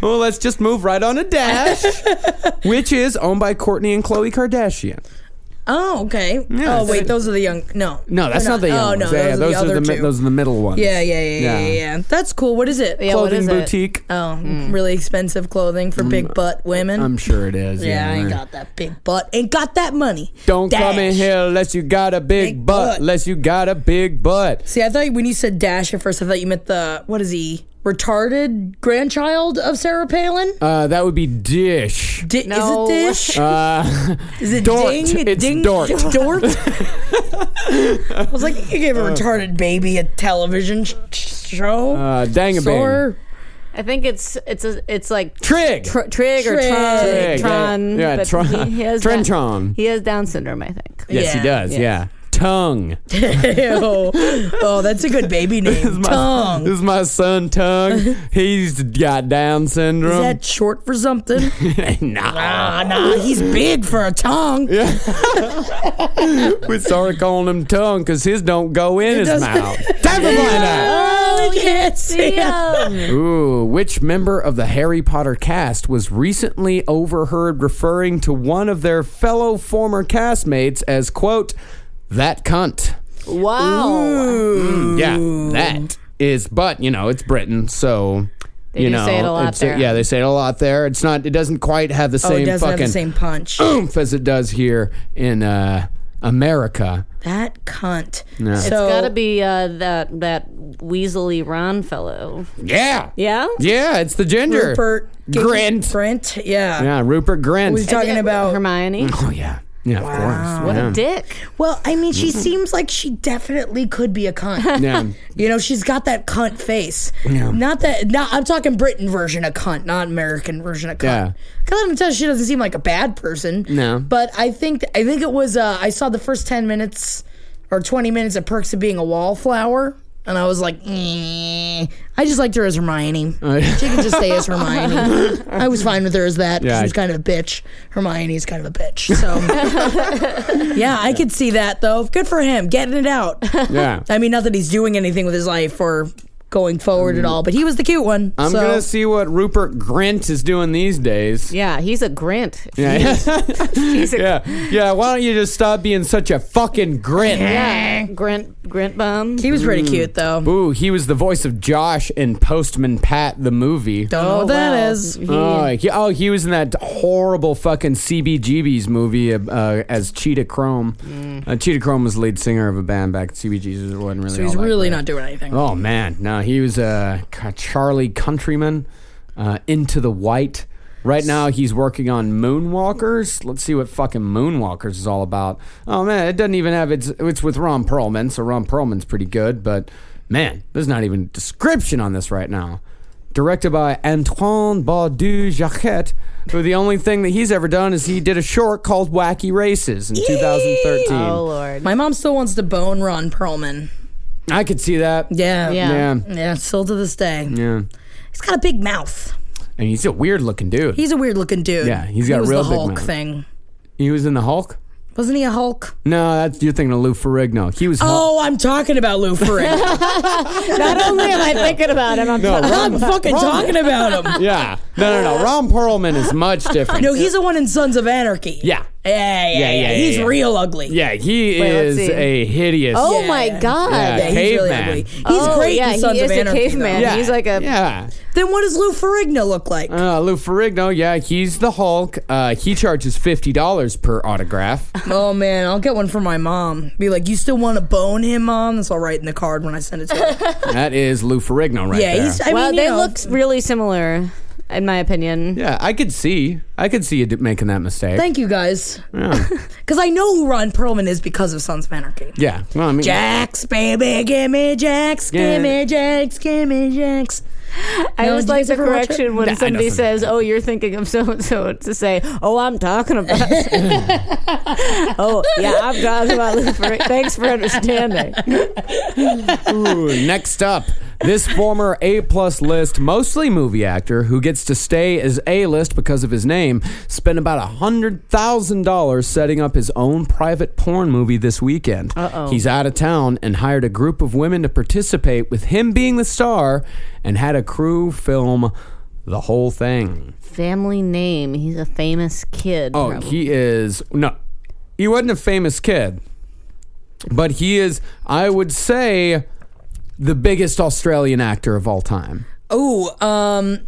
A: Well, let's just move right on to Dash, which is owned by Courtney and Khloe Kardashian.
B: Oh, okay.
A: Yeah,
B: oh,
A: it's-
B: wait, those are the young. No.
A: No, that's
B: They're
A: not the young
B: oh,
A: ones.
B: No,
A: yeah,
B: those, are the other
A: mi-
B: two.
A: those are the middle ones.
B: yeah, yeah, yeah, yeah, yeah, yeah. That's cool. What is it?
C: Yeah, what
A: Clothing
C: is it?
A: boutique.
B: Oh, really expensive clothing for big butt women.
A: Mm. I'm sure it is.
B: yeah, I ain't got that big butt. Ain't got that money.
A: Don't
B: Dash.
A: come in here unless you got a big,
B: Big
A: butt,
B: butt.
A: Unless you got a big butt.
B: See, I thought when you said Dash at first, I thought you meant the what is he retarded grandchild of Sarah Palin?
A: Uh, that would be Dish.
B: Di- Is
C: no.
B: it Dish?
A: Uh,
B: is it
A: Dort.
B: Ding?
A: It's
B: Ding?
A: Dort.
B: Dort? I was like, you gave a retarded baby a television sh- sh- show.
A: uh, Dangabang.
B: Sor-
C: I think it's it's a, it's like
A: Trig.
C: tr- Trig or
B: Trig.
C: Tron.
A: Trig,
C: Tron.
A: yeah. Yeah,
C: but
A: Tron.
C: He, he has
A: Tron
C: Down-
A: Tron.
C: He has Down syndrome, I think.
A: Yes, he
B: Yeah.
A: does. Yeah. Tongue.
B: Ew. Oh, that's a good baby name. Tongue.
A: This is my son Tongue. He's got Down syndrome.
B: Is that short for something?
A: nah.
B: Ah, nah, he's big for a tongue.
A: We started calling him Tongue because his don't go in his
B: doesn't-
A: mouth. Tap a blind eye.
B: Oh, we can't see him.
A: Ooh, which member of the Harry Potter cast was recently overheard referring to one of their fellow former castmates as, quote, that cunt?
C: Wow.
A: Yeah, that is, but, you know, it's Britain, so
C: They
A: you
C: do
A: know,
C: say it a lot
A: it's a-
C: there.
A: yeah, they say it a lot there. It's not. It doesn't quite have the
B: Oh, it
A: same
B: doesn't have
A: fucking
B: the same punch.
A: oomph as it does here in uh, America.
B: that cunt.
A: Yeah. It's
B: So,
C: it's got to be uh, that that weaselly Ron fellow.
A: Yeah,
C: Yeah?
A: yeah. It's the gender.
B: Rupert
A: Grint.
B: Grint, yeah.
A: Yeah, Rupert Grint.
B: We're talking about.
C: Hermione.
A: oh yeah, yeah. Of course.
C: What
A: yeah.
C: a dick.
B: Well, I mean, she seems like she definitely could be a cunt.
A: Yeah.
B: You know, she's got that cunt face. Not that. Not, I'm talking Britain version of cunt, not American version of cunt.
A: Yeah.
B: Because I'm telling you, she doesn't seem like a bad person.
A: No.
B: But I think I think it was. Uh, I saw the first ten minutes or twenty minutes of Perks of Being a Wallflower, and I was like, eh. I just liked her as Hermione.
A: Oh,
B: She can just stay as Hermione. I was fine with her as that.
A: Yeah.
B: She was kind of a bitch. Hermione's kind of a bitch. So, yeah, I could see that though. Good for him getting it out.
A: yeah.
B: I mean, not that he's doing anything with his life or going forward at all, but he was the cute one.
A: Um, I'm
B: so.
A: gonna see what Rupert Grint is doing these days.
C: Yeah, he's a grint.
A: Yeah,
C: He's a
A: yeah, yeah. Why don't you just stop being such a fucking Grint?
C: yeah, grint grint bum.
B: He was pretty cute though.
A: Ooh, he was the voice of Josh in Postman Pat the movie.
B: Don't know what that is.
A: Oh he, oh, he was in that horrible fucking CBGB's movie uh, uh, as Cheetah Chrome. Uh, Cheetah Chrome was the lead singer of a band back at CBGB's. It wasn't really.
B: Mm. So he's
A: all that
B: really
A: great.
B: not doing anything.
A: Oh man, no, he was a uh, Charlie Countryman, uh, Into the White. Right now, he's working on Moonwalkers. Let's see what fucking Moonwalkers is all about. Oh man, it doesn't even have it's. It's with Ron Perlman, so Ron Perlman's pretty good. But man, there's not even description on this right now. Directed by Antoine Baudu Jacquet, who the only thing that he's ever done is he did a short called Wacky Races in 2013.
C: Oh lord.
B: My mom still wants to bone Ron Perlman.
A: I could see that.
B: Yeah.
C: Yeah.
A: Yeah.
B: Yeah, still to this day.
A: Yeah.
B: He's got a big mouth.
A: And he's a weird looking dude.
B: He's a weird looking dude.
A: Yeah, he's
B: he
A: got a
B: was
A: real
B: the
A: big
B: Hulk
A: mouth.
B: thing.
A: He was in the Hulk.
B: Wasn't he a Hulk?
A: No, that's you're thinking of Lou Ferrigno. He was Hulk.
B: Oh, I'm talking about Lou Ferrigno.
C: Not only am I thinking about him, Uh, I'm
A: No, Ron,
B: I'm fucking talking about him.
A: yeah, no, no, no. Ron Perlman is much different.
B: No, he's the one in Sons of Anarchy.
A: Yeah.
B: Yeah, yeah, yeah.
A: Yeah, yeah, yeah,
B: he's
A: yeah.
B: real ugly.
A: yeah, he
C: Wait, let's
A: is
C: see.
A: a hideous.
C: Oh
B: Yeah.
C: my god.
A: Yeah.
B: he's really
A: Caveman.
B: ugly. He's
C: Oh,
B: great
C: yeah,
B: in
C: he
B: Sons
C: is
B: of
C: a
B: Anarchy. though.
C: caveman.
A: yeah,
C: he's like a-
A: yeah.
B: Then what does Lou Ferrigno look like?
A: Uh, Lou Ferrigno, yeah, he's the Hulk. Uh, he charges fifty dollars per autograph.
B: Oh man, I'll get one for my mom. Be like, you still want to bone him, mom? That's all right in the card when I send it to her.
A: that is Lou Ferrigno right
B: yeah,
A: there.
B: he's. I
C: well,
B: mean, you
C: they
B: know,
C: look really similar, in my opinion.
A: yeah, I could see, I could see you d- making that mistake.
B: Thank you guys, because I know who Ron Perlman is because of Sons of Anarchy.
A: yeah, well, I mean,
B: Jax, baby, give me Jax, give me Jax, give me Jax.
C: I
B: No, did
C: just
B: you
C: like
B: guys
C: the
B: ever watch it?
C: correction when
A: Nah, I know
C: somebody
A: something
C: says, "Oh, you're thinking of so and so," to say, "Oh, I'm talking about." oh, yeah, I'm talking about. Lou Ferrigno. Thanks for understanding.
A: Ooh, next up, this former A plus list, mostly movie actor who gets to stay as A list because of his name, spent about hundred thousand dollars setting up his own private porn movie this weekend. Uh-oh. He's out of town and hired a group of women to participate, with him being the star, and had a crew film the whole thing.
C: Family name. He's a famous kid.
A: Oh,
C: probably.
A: he is no, he wasn't a famous kid, but he is, I would say, the biggest Australian actor of all time.
B: Oh, um,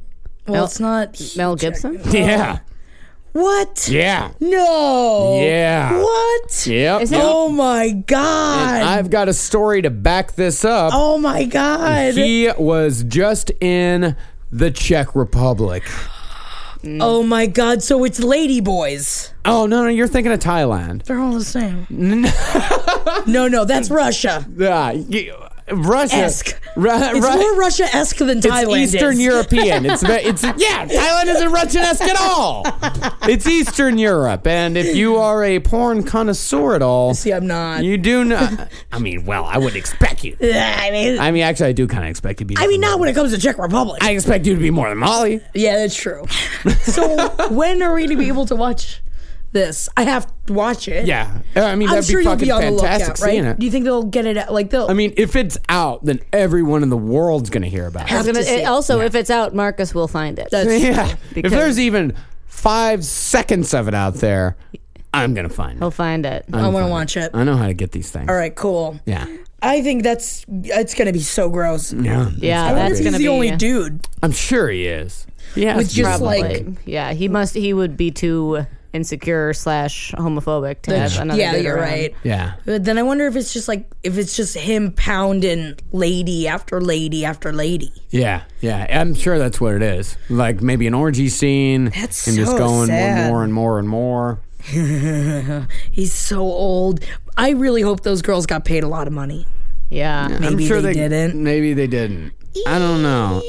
B: well, it's not.
C: Mel Gibson.
A: Yeah,
B: What?
A: yeah,
B: No.
A: yeah.
B: What?
A: Yep.
C: Is it-
B: Oh my god.
A: I've got a story to back this up.
B: oh my god.
A: He was just in the Czech Republic.
B: oh my god. So it's lady boys.
A: Oh no, no, you're thinking of Thailand.
B: They're all the same. no, no, that's Russia.
A: Yeah, Ah, y- Russia.
B: Esque.
A: Ru-
B: It's
A: Ru-
B: more Russia esque than
A: It's
B: Thailand.
A: Eastern
B: is.
A: European. It's ve- it's yeah. Thailand isn't Russian-esque at all. It's Eastern Europe, and if you are a porn connoisseur at all,
B: See, I'm not.
A: you do not. I mean, well, I wouldn't expect you.
B: I mean, I,
A: I mean, actually, I do kind of expect you to be.
B: mean, not when it comes to Czech Republic.
A: I expect you to be more than Molly.
B: yeah, that's true. so when are we gonna be able to watch this? I have to watch it.
A: Yeah, Uh, I mean,
B: I'm
A: that'd
B: sure
A: be
B: you'll
A: fucking
B: be on the
A: fantastic
B: lookout,
A: seeing
B: right?
A: it.
B: Do you think they'll get it? Out? Like they'll.
A: I mean, if it's out, then everyone in the world's gonna hear about
C: I
A: it.
C: was gonna-
B: to see
C: it-
B: it.
C: also, if it's out, Marcus will find it.
B: That's-
A: Yeah, if
C: Because-
A: there's even five seconds of it out there, I'm gonna find
C: He'll
A: it.
C: find it.
B: I want to watch it.
A: I know how to get these things.
B: Oh. All right, cool.
A: Yeah. Mm.
B: I think that's it's gonna be so gross.
A: Yeah.
C: Yeah,
B: I wonder if
C: that's
B: he's
C: gonna
B: the
C: be uh,
B: only dude.
A: I'm sure he is.
C: Yeah,
B: with just,
C: probably.
B: like-
C: yeah, he must. He would be too insecure slash homophobic to have another.
B: Yeah,
C: dude
B: you're
C: around.
B: right.
A: Yeah.
B: But then I wonder if it's just like if it's just him pounding lady after lady after lady.
A: Yeah. Yeah. I'm sure that's what it is. Like maybe an orgy scene.
B: That's
A: and just
B: so
A: going
B: sad.
A: more and more and more.
B: He's so old. I really hope those girls got paid a lot of money.
C: Yeah,
B: Maybe
A: I'm sure
B: they, didn't.
A: Maybe they didn't. I don't know.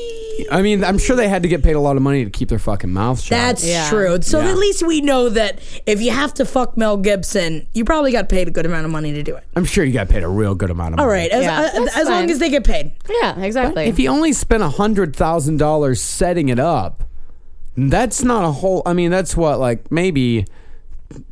A: I mean, I'm sure they had to get paid a lot of money to keep their fucking mouths shut.
B: That's
C: Yeah.
B: true. So
A: Yeah.
B: at least we know that if you have to fuck Mel Gibson, you probably got paid a good amount of money to do it.
A: I'm sure you got paid a real good amount of money.
B: All right, as,
C: Yeah,
B: uh,
C: that's
B: as long
C: fine.
B: as they get paid.
C: yeah, exactly.
A: If he only spent hundred thousand dollars setting it up, that's not a whole. I mean, that's what like maybe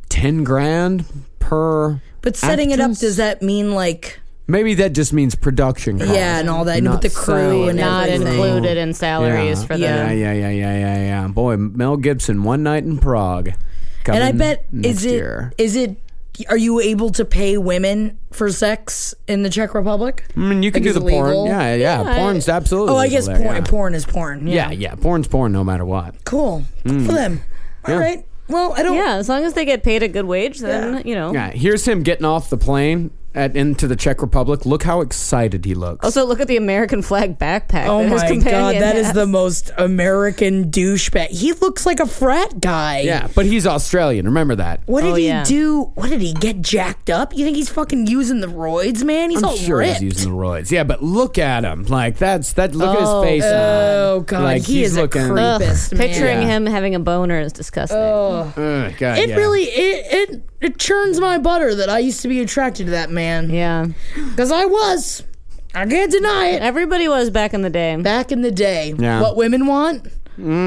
A: ten grand per.
B: But setting it up,
A: actress?
B: does that mean like
A: Maybe that just means production. Costs,
B: yeah, and all that, and
A: not
B: with the crew
A: salary.
B: and
C: not
B: everything?
C: included in salaries
A: yeah.
C: for the
A: yeah, yeah, yeah, yeah, yeah, yeah. Boy, Mel Gibson, one night in Prague.
B: And I
A: Coming
B: bet
A: Mm, next
B: is it is
A: year.
B: it are you able to pay women for sex in the Czech Republic?
A: I mean, you can do
B: is
A: the
B: it legal?
A: porn. Yeah, yeah, Porn's absolutely.
B: Oh, I
A: legal
B: guess
A: there,
B: porn.
A: yeah.
B: Porn is porn. Yeah,
A: Yeah, yeah, porn's porn, no matter what.
B: cool Good for them. All
A: Hmm. Yeah.
B: right. Well, I don't.
C: Yeah, as long as they get paid a good wage, then you know.
A: Yeah, here's him getting off the plane at into the Czech Republic. Look how excited he looks.
C: Also, look at the American flag backpack.
B: Oh
C: that his
B: my god,
C: companion
B: that is
C: has.
B: the most American douchebag. He looks like a frat guy.
A: yeah, but he's Australian. Remember that.
B: What did
C: Oh,
B: he
C: yeah.
B: do? What did he get jacked up? You think he's fucking using the roids, man? He's
A: I'm
B: all
A: sure
B: ripped.
A: he's using the roids. Yeah, but look at him. Like that's that. Look
C: Oh,
A: at his face.
B: oh god,
A: Like,
B: he
A: he's
B: is
A: looking-
B: a
A: Ugh,
B: creepist, man. Oh.
C: Picturing
A: Yeah.
C: him having a boner is disgusting.
A: Ugh, God,
B: It
A: yeah.
B: really it, it it churns my butter that I used to be attracted to that man
C: Yeah,
B: because I was. I can't deny it.
C: everybody was back in the day.
B: Back in the day,
A: Yeah.
B: what women want?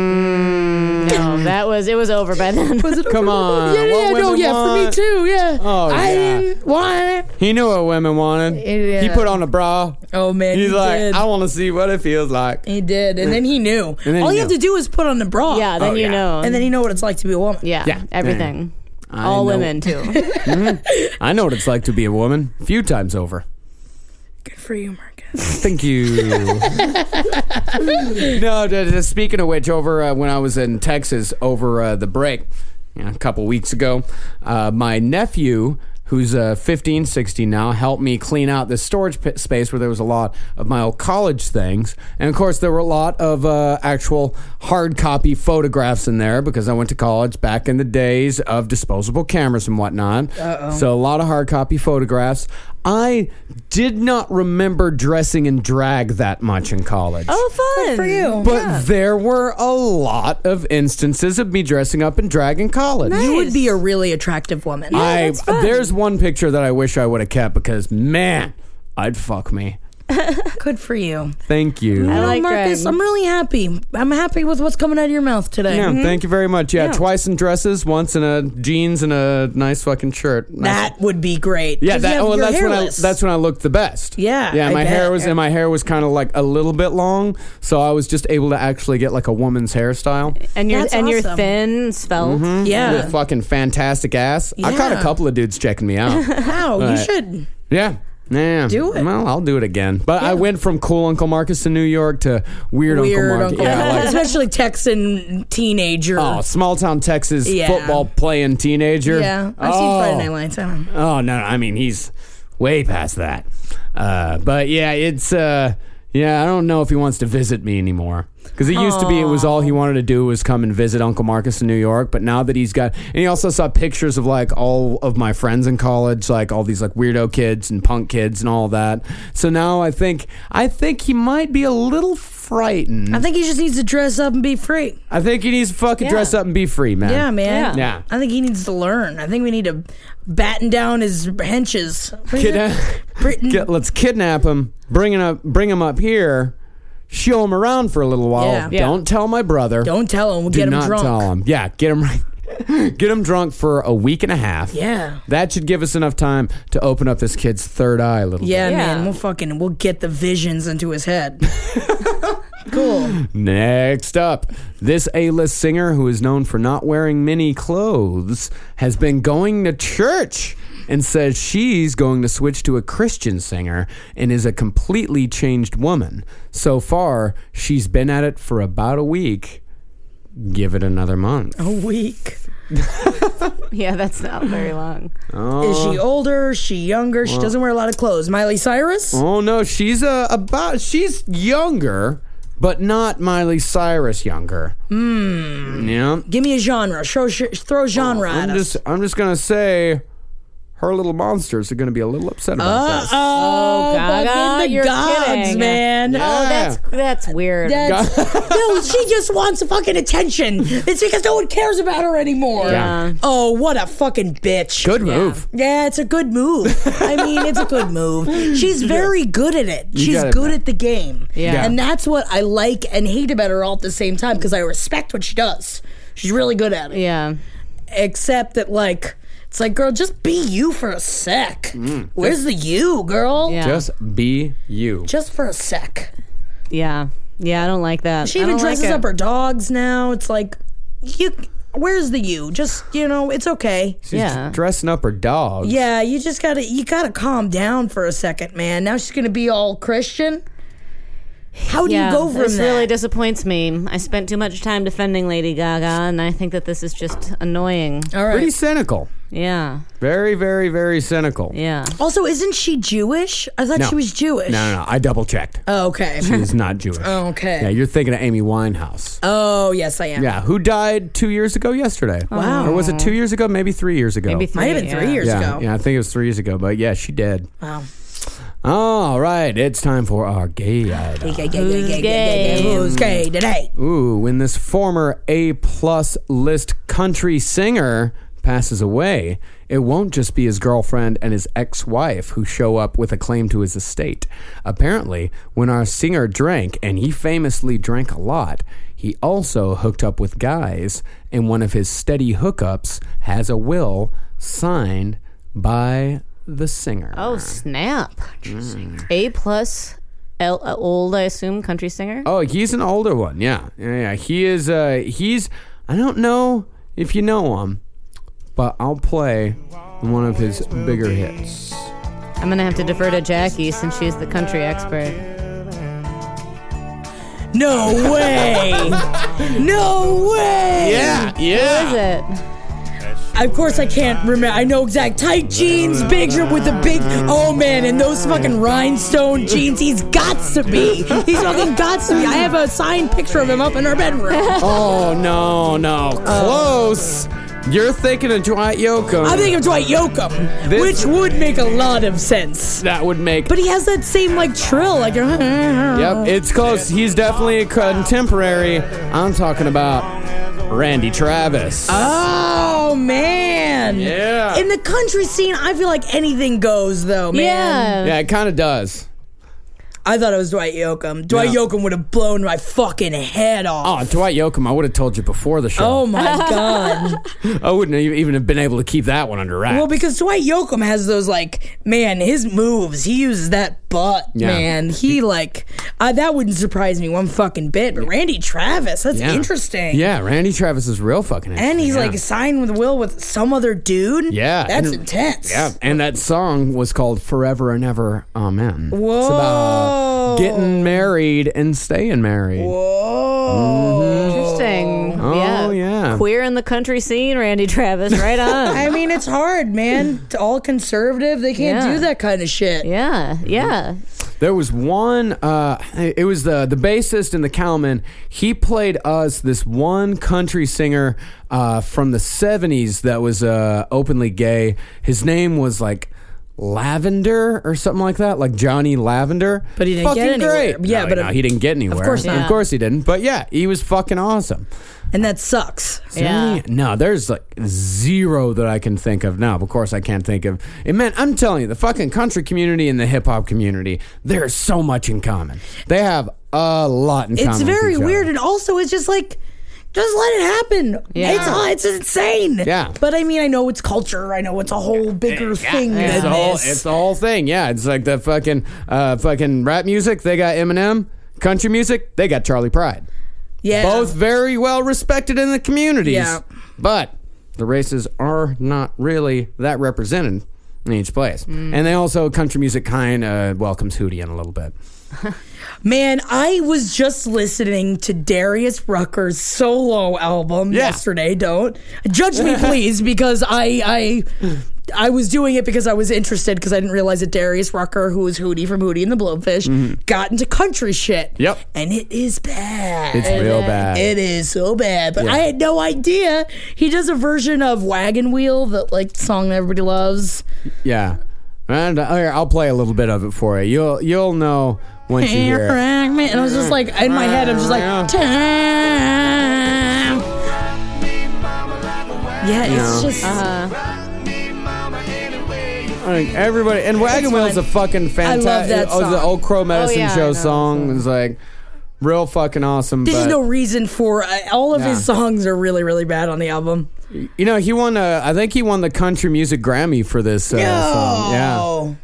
C: No, that was it was over by then.
A: Come on.
B: Mm. yeah, yeah,
A: Uh, what
B: no,
A: women
B: yeah, for me
A: want.
B: too. Yeah,
A: Oh,
B: I
A: yeah.
B: didn't want it.
A: He knew what women wanted.
B: Yeah.
A: He put on a bra.
B: Oh man,
A: He's
B: he
A: like,
B: did.
A: I want to see what it feels like.
B: he did, and then he knew.
A: And then
B: All
A: he
B: you have
A: knew.
B: to do is put on the bra.
C: yeah, then
A: Oh,
C: you
A: yeah.
C: know.
B: and then you know what it's like to be a woman.
C: yeah,
A: Yeah.
C: everything.
A: I
C: All
A: know- Mm-hmm.
C: women too.
A: I know what it's like to be a woman. A few times over.
B: Good for you, Marcus.
A: Thank you. no, d- d- speaking of which, over uh, when I was in Texas over uh, the break you know, a couple weeks ago, uh, my nephew, who's uh, 15, 16 now, helped me clean out this storage pit space where there was a lot of my old college things. And of course, there were a lot of uh, actual hard copy photographs in there because I went to college back in the days of disposable cameras and whatnot. So a lot of hard copy photographs. I did not remember dressing in drag that much in college.
C: oh, fun
B: for you.
A: But there were a lot of instances of me dressing up in drag in college.
B: You would be a really attractive woman.
A: I there's one picture that I wish I would have kept because man, I'd fuck me.
B: Good for you.
A: Thank you.
C: I like
B: Marcus,
C: drag.
B: I'm really happy. I'm happy with what's coming out of your mouth today.
A: Yeah, thank you very much. Yeah, twice in dresses, once in a jeans and a nice fucking shirt. Nice-
B: That would be great.
A: Yeah,
B: 'Cause
A: that,
B: you have-
A: oh,
B: you're
A: that's
B: hairless.
A: when I that's when I looked the best.
B: Yeah,
A: yeah.
B: I
A: My
B: bet.
A: hair was and my hair was kind of like a little bit long, so I was just able to actually get like a woman's hairstyle.
C: and you're
B: That's
C: and you're
B: awesome.
C: thin, svelte.
A: Mm-hmm. With
B: yeah.
A: fucking fantastic ass. I caught a
B: Yeah.
A: couple of dudes checking me out.
B: Wow, you
A: Right.
B: should.
A: yeah. Yeah.
B: Do it.
A: Well, I'll do it again. But I went from cool Uncle Marcus in New York to weird,
B: Weird
A: Uncle
B: Uncle,
A: Marcus. Yeah, like,
B: especially Texan teenager.
A: oh, small town Texas
B: Yeah.
A: football playing teenager.
B: yeah, I've
A: oh.
B: seen Friday Night Lights. I don't know.
A: Oh no, no, I mean he's way past that. Uh, but yeah, it's uh, yeah. I don't know if he wants to visit me anymore because it used to be it was all he wanted to do was come and visit Uncle Marcus in New York. But now that he's got, and he also saw pictures of like all of my friends in college, like all these like weirdo kids and punk kids and all that. So now I think I think he might be a little frightened.
B: I think he just needs to dress up and be free.
A: I think he needs to fucking dress up and be free, man.
B: Yeah, man.
A: Yeah.
B: I think he needs to learn. I think we need to batten down his henches. What is it?
A: Kidna-
B: Britain.
A: Get- let's kidnap him, bring him up, bring him up here, show him around for a little while.
B: Yeah. Yeah.
A: Don't tell my brother.
B: Don't tell him. We'll
A: Do
B: get him
A: not
B: drunk.
A: tell him. Yeah, get him right. get him drunk for a week and a half.
B: Yeah.
A: That should give us enough time to open up this kid's third eye a little
B: Yeah,
C: Yeah.
B: man. We'll fucking we'll get the visions into his head. cool.
A: bit. Next up, this A-list singer who is known for not wearing many clothes has been going to church and says she's going to switch to a Christian singer and is a completely changed woman. So far, she's been at it for about a week. Give it another month.
B: A week.
C: Yeah, that's not very long.
B: Is
A: Uh.
B: she older? Is she younger? She doesn't wear a lot of clothes. Miley Cyrus?
A: Oh no, she's uh, about she's younger, but not Miley Cyrus younger. Hmm. Yeah.
B: Give me a genre. Show, sh- throw a genre at
A: Oh, I'm
B: us.
A: just I'm just gonna say her little monsters are gonna be a little upset about this.
B: oh,
C: Gaga,
B: fucking the
C: you're
B: gods,
C: kidding.
B: man.
A: Yeah.
C: Oh, that's that's weird.
B: That's, no, she just wants the fucking attention. It's because no one cares about her anymore.
A: Yeah.
B: Oh, what a fucking bitch.
A: Good move.
B: Yeah, it's a good move. I mean, it's a good move. She's very good at it. She's
A: gotta
B: good
A: admit.
B: at the game.
A: Yeah.
B: And that's what I like and hate about her all at the same time because I respect what she does. She's really good at it.
C: Yeah.
B: Except that, like, it's like, girl, just be you for a sec. Where's the you, girl?
C: Mm. Yeah.
A: Just be you.
B: Just for a sec.
C: Yeah. Yeah, I don't like that.
B: She
C: I
B: even
C: don't like
B: dresses
C: it.
B: up her dogs now. It's like, you. Where's the you? Just you know, it's okay.
A: She's
C: yeah.
A: dressing up her dog.
B: Yeah, you just gotta you gotta calm down for a second, man. Now she's gonna be all Christian. How Oh, do
C: yeah,
B: you go from
C: this
B: that?
C: really disappoints me. I spent too much time defending Lady Gaga, and I think that this is just annoying.
B: all right.
A: Pretty cynical.
C: Yeah,
A: Very, very, very cynical.
C: yeah.
B: also, isn't she Jewish? I thought
A: No.
B: she was Jewish.
A: No, no, no. I double checked.
B: Oh, okay.
A: She's not Jewish.
B: Okay.
A: Yeah, you're thinking of Amy Winehouse.
B: Oh, yes, I am.
A: Yeah, who died two years ago yesterday?
B: Wow.
A: Or was it two years ago? Maybe three years ago.
C: Maybe
B: Might have been three
C: yeah.
B: years
A: yeah,
B: ago.
A: yeah, I think it was three years ago. But yeah, she did.
B: Wow.
A: All right, it's time for our gay item.
B: Gay, gay, gay, gay, gay, gay,
C: gay?
B: gay. Who's gay today?
A: Ooh, when this former A plus list country singer passes away, it won't just be his girlfriend and his ex wife who show up with a claim to his estate. Apparently, when our singer drank, and he famously drank a lot, he also hooked up with guys, and one of his steady hookups has a will signed by the singer.
C: Oh snap! A plus, L, uh, old I assume country singer.
A: Oh, he's an older one. Yeah, yeah, yeah. He is. Uh, he's. I don't know if you know him, but I'll play one of his bigger hits.
C: I'm gonna have to defer to Jackie since she's the country expert.
B: No way. no way.
A: Yeah, yeah.
C: Is it?
B: Of course, I can't remember. I know exact tight jeans, big shirt with a big. Oh man, and those fucking rhinestone jeans. He's got to be. He's fucking got to be. I have a signed picture of him up in our bedroom.
A: Oh no, no, close. You're thinking of Dwight Yoakam.
B: Oh. I'm thinking of Dwight Yoakam,
A: This-
B: which would make a lot of sense.
A: that would make.
B: But uh, he has that same like trill, like.
A: Yep, it's close. He's definitely a contemporary. I'm talking about Randy Travis.
B: Oh man.
A: Yeah.
B: In the country scene, I feel like anything goes though, man.
C: Yeah.
A: yeah, it kind of does.
B: I thought it was Dwight Yoakam. Dwight
A: Yeah.
B: Yoakam would have blown my fucking head off.
A: Oh, Dwight Yoakam. I would have told you before the
B: Oh
A: show.
B: my god.
A: I wouldn't have even have been able to keep that one under wraps.
B: Well, because Dwight Yoakam has those like, man, his moves. He uses that butt,
A: Yeah.
B: man. He like, uh, that wouldn't surprise me one fucking bit. But Randy Travis, that's
A: Yeah.
B: interesting.
A: Yeah, Randy Travis is real fucking interesting.
B: and he's
A: yeah.
B: like signed with Will with some other dude.
A: Yeah,
B: that's
A: and-
B: intense.
A: Yeah, and that song was called Forever and Ever Amen. Whoa. It's about getting married and staying married.
B: Whoa.
C: Interesting.
A: Oh,
C: yeah.
A: yeah.
C: Queer in the country scene, Randy Travis. Right on.
B: I mean, it's hard, man. It's all conservative. They can't
C: Yeah.
B: do that kind of shit.
C: yeah. Yeah.
A: There was one. Uh, it was the the bassist and the cowman. He played us this one country singer uh, from the '70s that was uh, openly gay. His name was like Lavender or something like that, like Johnny Lavender.
B: But he didn't
A: fucking
B: get anywhere.
A: Great.
B: Yeah,
A: No,
B: but,
A: no,
B: um,
A: he didn't get anywhere.
B: course not.
A: Of course he didn't. But yeah, he was fucking awesome.
B: And that sucks.
C: Yeah.
A: Any- No, there's like zero that I can think of now. Of course, I can't think of. And man, I'm telling you, the fucking country community and the hip hop community, there's so much in common. They have a lot in common.
B: It's
A: with
B: very
A: each other.
B: weird, and also it's just like, just let it happen.
C: Yeah.
B: It's it's insane.
A: Yeah.
B: But I mean, I know it's culture. I know it's a whole bigger thing
A: It's
B: than
A: the whole,
B: this.
A: it's the whole thing. Yeah, it's like the fucking uh, fucking rap music. They got Eminem. Country music. They got Charlie Pride.
B: yeah.
A: Both very well respected in the communities.
B: Yeah.
A: But the races are not really that represented in each place.
B: Mm.
A: And they also country music kind of welcomes Hootie in a little bit.
B: Man, I was just listening to Darius Rucker's solo album
A: Yeah.
B: yesterday. Don't judge me, please, because I I I was doing it because I was interested because I didn't realize that Darius Rucker, who was Hootie from Hootie and the Blowfish, got into country shit.
A: Mm-hmm. Yep.
B: and it is bad.
A: It's real bad.
B: It is so bad, but
A: Yeah.
B: I had no idea. He does a version of Wagon Wheel, that like song that everybody loves.
A: Yeah. And uh, here, I'll play a little bit of it for you. You'll you'll know once you hear it.
B: And I was just like, in my head, I'm just like, time. Yeah, it's just.
A: Like, everybody and Wagon
B: It's
A: Wheel's a
B: fine.
A: fucking
B: I
A: fantastic.
B: love that
A: Oh, the
B: song.
A: old Crow Medicine
C: yeah, I
A: Show
C: know.
A: song is like real fucking awesome.
B: There's
A: but,
B: no reason for uh, all of
A: Yeah.
B: his songs are really really bad on the album.
A: you know, he won. Uh, I think he won the country music Grammy for this uh,
B: Oh.
A: song.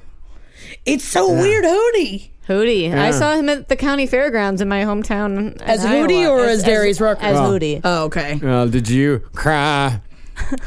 A: Yeah.
B: it's so weird, Hootie.
C: Hootie.
A: Yeah.
C: I saw him at the county fairgrounds in my hometown. in
B: As Hootie
C: Iowa.
B: or as Darius Rucker?
C: As
A: Oh.
C: Hootie.
B: Oh, okay.
A: Uh, did you cry?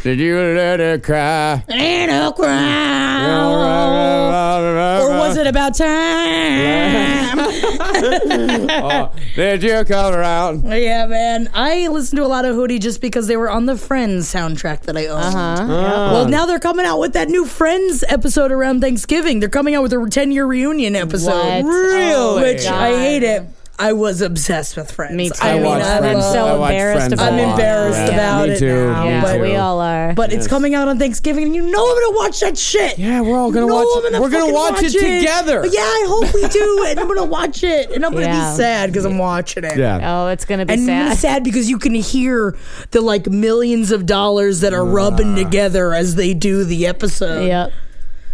A: did you let her cry?
B: Little crown. Or
A: or
B: was it about time?
A: Oh, Did you come around?
B: yeah, man. I listened to a lot of Hootie just because they were on the Friends soundtrack that I owned. Oh,
A: Uh-huh. Uh,
B: Well, now they're coming out with that new Friends episode around Thanksgiving. They're coming out with a 10 year reunion episode.
C: What? Really? Oh,
B: Which I
C: God.
B: hate it. I was obsessed with Friends.
C: Me too.
B: I,
C: I
B: mean,
C: watched
B: I
C: Friends.
B: love-
C: I'm so
A: I watch
C: embarrassed
A: Friends a
C: about it.
A: lot.
B: I'm embarrassed
A: Yeah.
B: about
A: Me
B: it
A: too.
B: now,
A: Me
C: yeah,
B: but-
A: too.
C: we all are.
B: But it's coming out on Thanksgiving, and you know I'm gonna watch that shit.
A: Yeah, we're all gonna
B: You know
A: watch it.
B: I'm
A: We're gonna
B: fucking
A: watch it together.
B: Yeah, I hope we do, and I'm gonna watch it, and I'm gonna
C: Yeah.
B: be sad because I'm watching it.
A: Yeah.
C: oh, it's gonna be
B: And I'm
C: sad.
B: sad because you can hear the like millions of dollars that are rubbing together as they do the episode.
C: Yep.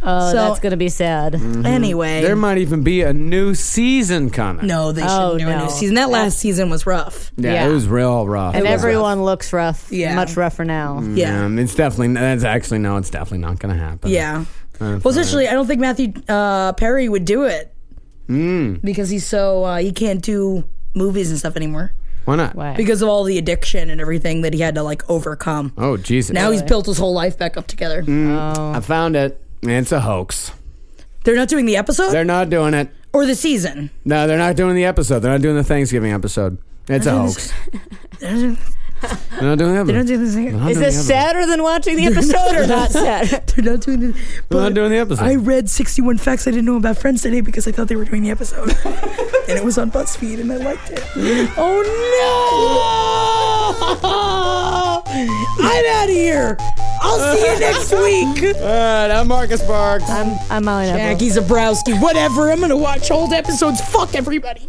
C: Oh,
B: So-
C: that's gonna be sad.
A: Mm. Mm-hmm.
B: Anyway,
A: There might even be a new season coming.
B: no, they
C: Oh,
B: shouldn't do a
C: no.
B: new season. That last season was rough.
A: Yeah,
C: Yeah.
A: it was real rough.
C: And
A: It was rough.
C: everyone looks rough.
B: Yeah.
C: Much rougher now.
B: Yeah.
A: Um, it's definitely. That's actually no. It's definitely not gonna happen.
B: Yeah. Well, especially I don't think Matthew uh, Perry would do it
A: Mm.
B: because he's so uh, he can't do movies and stuff anymore
A: Why not?
C: Why?
B: because of all the addiction and everything that he had to like overcome.
A: Oh Mm. Jesus!
B: Now he's built his whole life back up together.
A: I found it. It's a hoax.
B: They're not doing the episode
A: They're not doing it.
B: or the season.
A: No, they're not doing the episode. They're not doing the Thanksgiving episode. It's a hoax. They're not doing
B: They're not
A: the episode.
B: doing the season.
C: Is this sadder than watching the episode or not sad?
B: They're not doing the.
A: They're not
B: But
A: doing the episode.
B: I read 61 facts I didn't know about Friends today because I thought they were doing the episode, and it was on BuzzFeed, and I liked it. Oh no! I'm out of here. I'll see you next week.
A: All right, I'm Marcus Sparks.
C: I'm, I'm Molly Neville.
B: Jackie Zabrowski, whatever. I'm gonna watch old episodes. Fuck everybody.